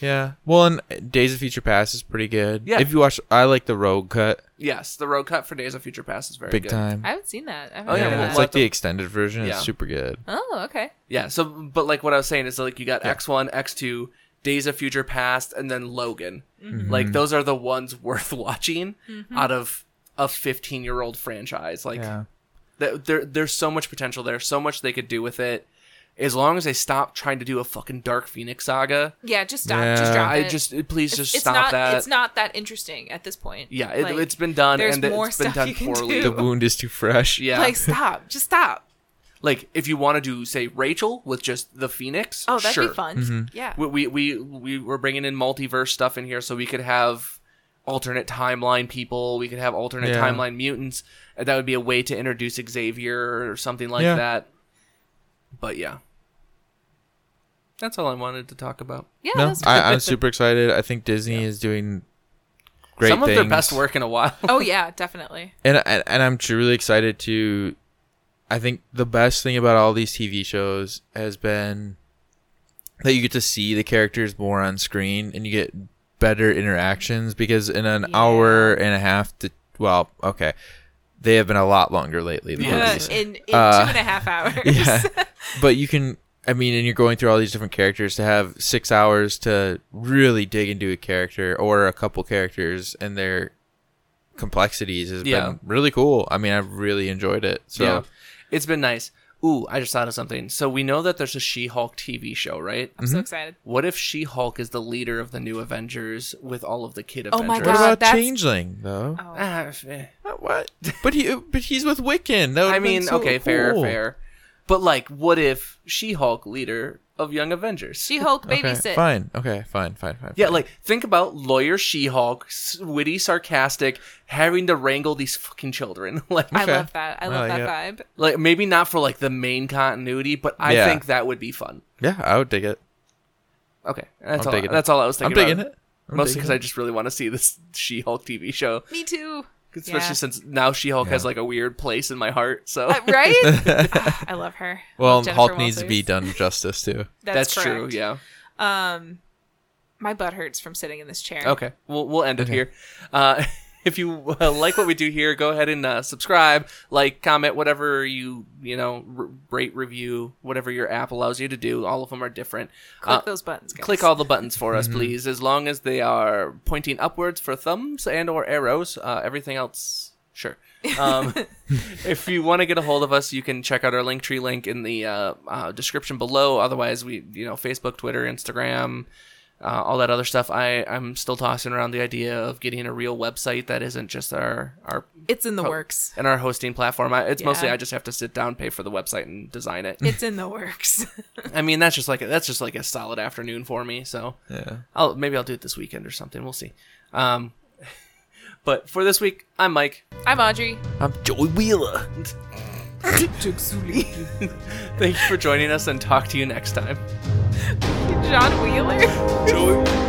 B: Yeah. Well, and Days of Future Past is pretty good.
A: Yeah.
B: If you watch, I like the Rogue Cut
A: Yes, the road cut for Days of Future Past is very
B: big
A: good.
B: time.
C: I haven't seen that. I haven't
A: Oh,
B: yeah,
A: yeah,
C: heard of
A: we'll
B: it's
C: that.
A: let
B: like the extended version.
A: Yeah.
B: It's super good.
C: oh, okay.
A: Yeah. So, but like what I was saying is like you got X one, X two, Days of Future Past, and then Logan. Like those are the ones [LAUGHS] worth watching
C: Mm-hmm.
A: out of a fifteen year old franchise. Like
B: Yeah.
A: th- there, there's so much potential there, so much they could do with it. As long as they stop trying to do a fucking Dark Phoenix saga,
C: Yeah, just stop. just
B: Yeah.
C: drop
A: I
C: it.
A: just please
C: it's,
A: just
C: it's
A: stop
C: not,
A: that.
C: It's not that interesting at this point.
A: yeah, it,
C: Like,
A: it's been done,
C: there's
A: and it-
C: more
A: it's been
C: stuff
A: done
C: you can
A: poorly.
C: do.
B: The wound is too fresh.
A: Yeah,
C: Like stop. Just stop.
A: like if you want to do say Rachel with just the Phoenix,
C: Oh, that'd
A: sure. Mm-hmm.
C: be fun. Yeah.
A: we we we we were bringing in multiverse stuff in here so we could have alternate timeline people we could have alternate
B: Yeah.
A: timeline mutants and that would be a way to introduce xavier or something like
B: Yeah.
A: that but yeah That's all I wanted to talk about.
C: Yeah,
B: no, I,
C: that's good.
B: I'm super excited. I think Disney is doing great
A: Some of
B: things.
A: their best work in a while.
C: Oh yeah, definitely.
B: and, and and I'm truly excited to. I think the best thing about all these TV shows has been that you get to see the characters more on screen and you get better interactions because in an
C: Yeah.
B: hour and a half to well, okay, they have been a lot longer lately. than
A: Yeah.
B: these.
C: in in
B: Uh,
C: two and a half
A: [LAUGHS]
C: hours.
B: yeah. but you can i mean and you're going through all these different characters to have six hours to really dig into a character or a couple characters and their complexities has
A: Yeah.
B: been really cool i mean i've really enjoyed it so
A: Yeah. It's been nice. Ooh, I just thought of something. So we know that there's a She-Hulk TV show, right?
C: I'm so excited.
A: What if She-Hulk is the leader of the new Avengers with all of the kid
C: Oh
A: Avengers?
C: my
B: what
C: God,
B: about
C: that's-
B: changeling though
C: Oh.
A: Ah, f- eh.
B: Uh,
A: [LAUGHS]
B: what but he but he's with wiccan that
A: I
B: would've been
A: mean,
B: so
A: okay, fair,
B: cool.
A: fair. But like, what if She-Hulk leader of Young Avengers?
C: She Hulk
B: okay,
C: babysit.
B: fine okay fine fine fine
A: yeah,
B: fine.
A: like think about lawyer She-Hulk, s- witty, sarcastic, having to wrangle these fucking children. [LAUGHS] like,
C: I
B: Okay.
C: love that. I love
B: I like
C: that vibe.
A: like maybe not for like the main continuity, but I
B: Yeah.
A: think that would be fun.
B: yeah i would dig it
A: Okay, that's
B: I'm
A: all.
B: digging it.
A: That's all I was
B: i'm
A: thinking.
B: digging
A: about.
B: it I'm
A: Mostly
B: digging
A: because
B: it.
A: I just really want to see this [LAUGHS] She-Hulk TV show,
C: Me too.
A: especially
C: Yeah.
A: since now She-Hulk has
B: Yeah.
A: like a weird place in my heart. So
C: Uh, right?
A: [LAUGHS]
C: [LAUGHS] Ah, I love her.
B: [LAUGHS] well
C: Jennifer
B: hulk needs to
C: Walters.
B: be done justice too
A: that's,
C: correct.
A: true. Yeah.
C: Um, my butt hurts from sitting in this chair.
A: Okay. We'll we'll end it here. Uh, [LAUGHS] if you uh, like what we do here, go ahead and uh, subscribe, like, comment, whatever you you know, r- rate, review, whatever your app allows you to do. All of them are different.
C: Click
A: Uh,
C: those buttons, guys.
A: click all the buttons for us please as long as they are pointing upwards for thumbs and or arrows uh, everything else sure um, if you want to get a hold of us you can check out our link tree link in the uh, uh, description below otherwise we you know facebook twitter instagram uh, all that other stuff i i'm still tossing around the idea of getting a real website that isn't just our our
C: It's in the
A: Oh.
C: works.
A: and our hosting platform I, it's mostly
C: Yeah.
A: i just have to sit down pay for the website and design it
C: It's in the works.
A: i mean that's just like a, that's just like a solid afternoon for me so
B: yeah
A: I'll maybe I'll do it this weekend or something. We'll see. Um, but for this week, I'm Mike.
C: I'm Audrey.
B: i'm joey wheeler
A: Thank you for joining us, and talk to you next time.
C: John Wheeler.
A: Joey.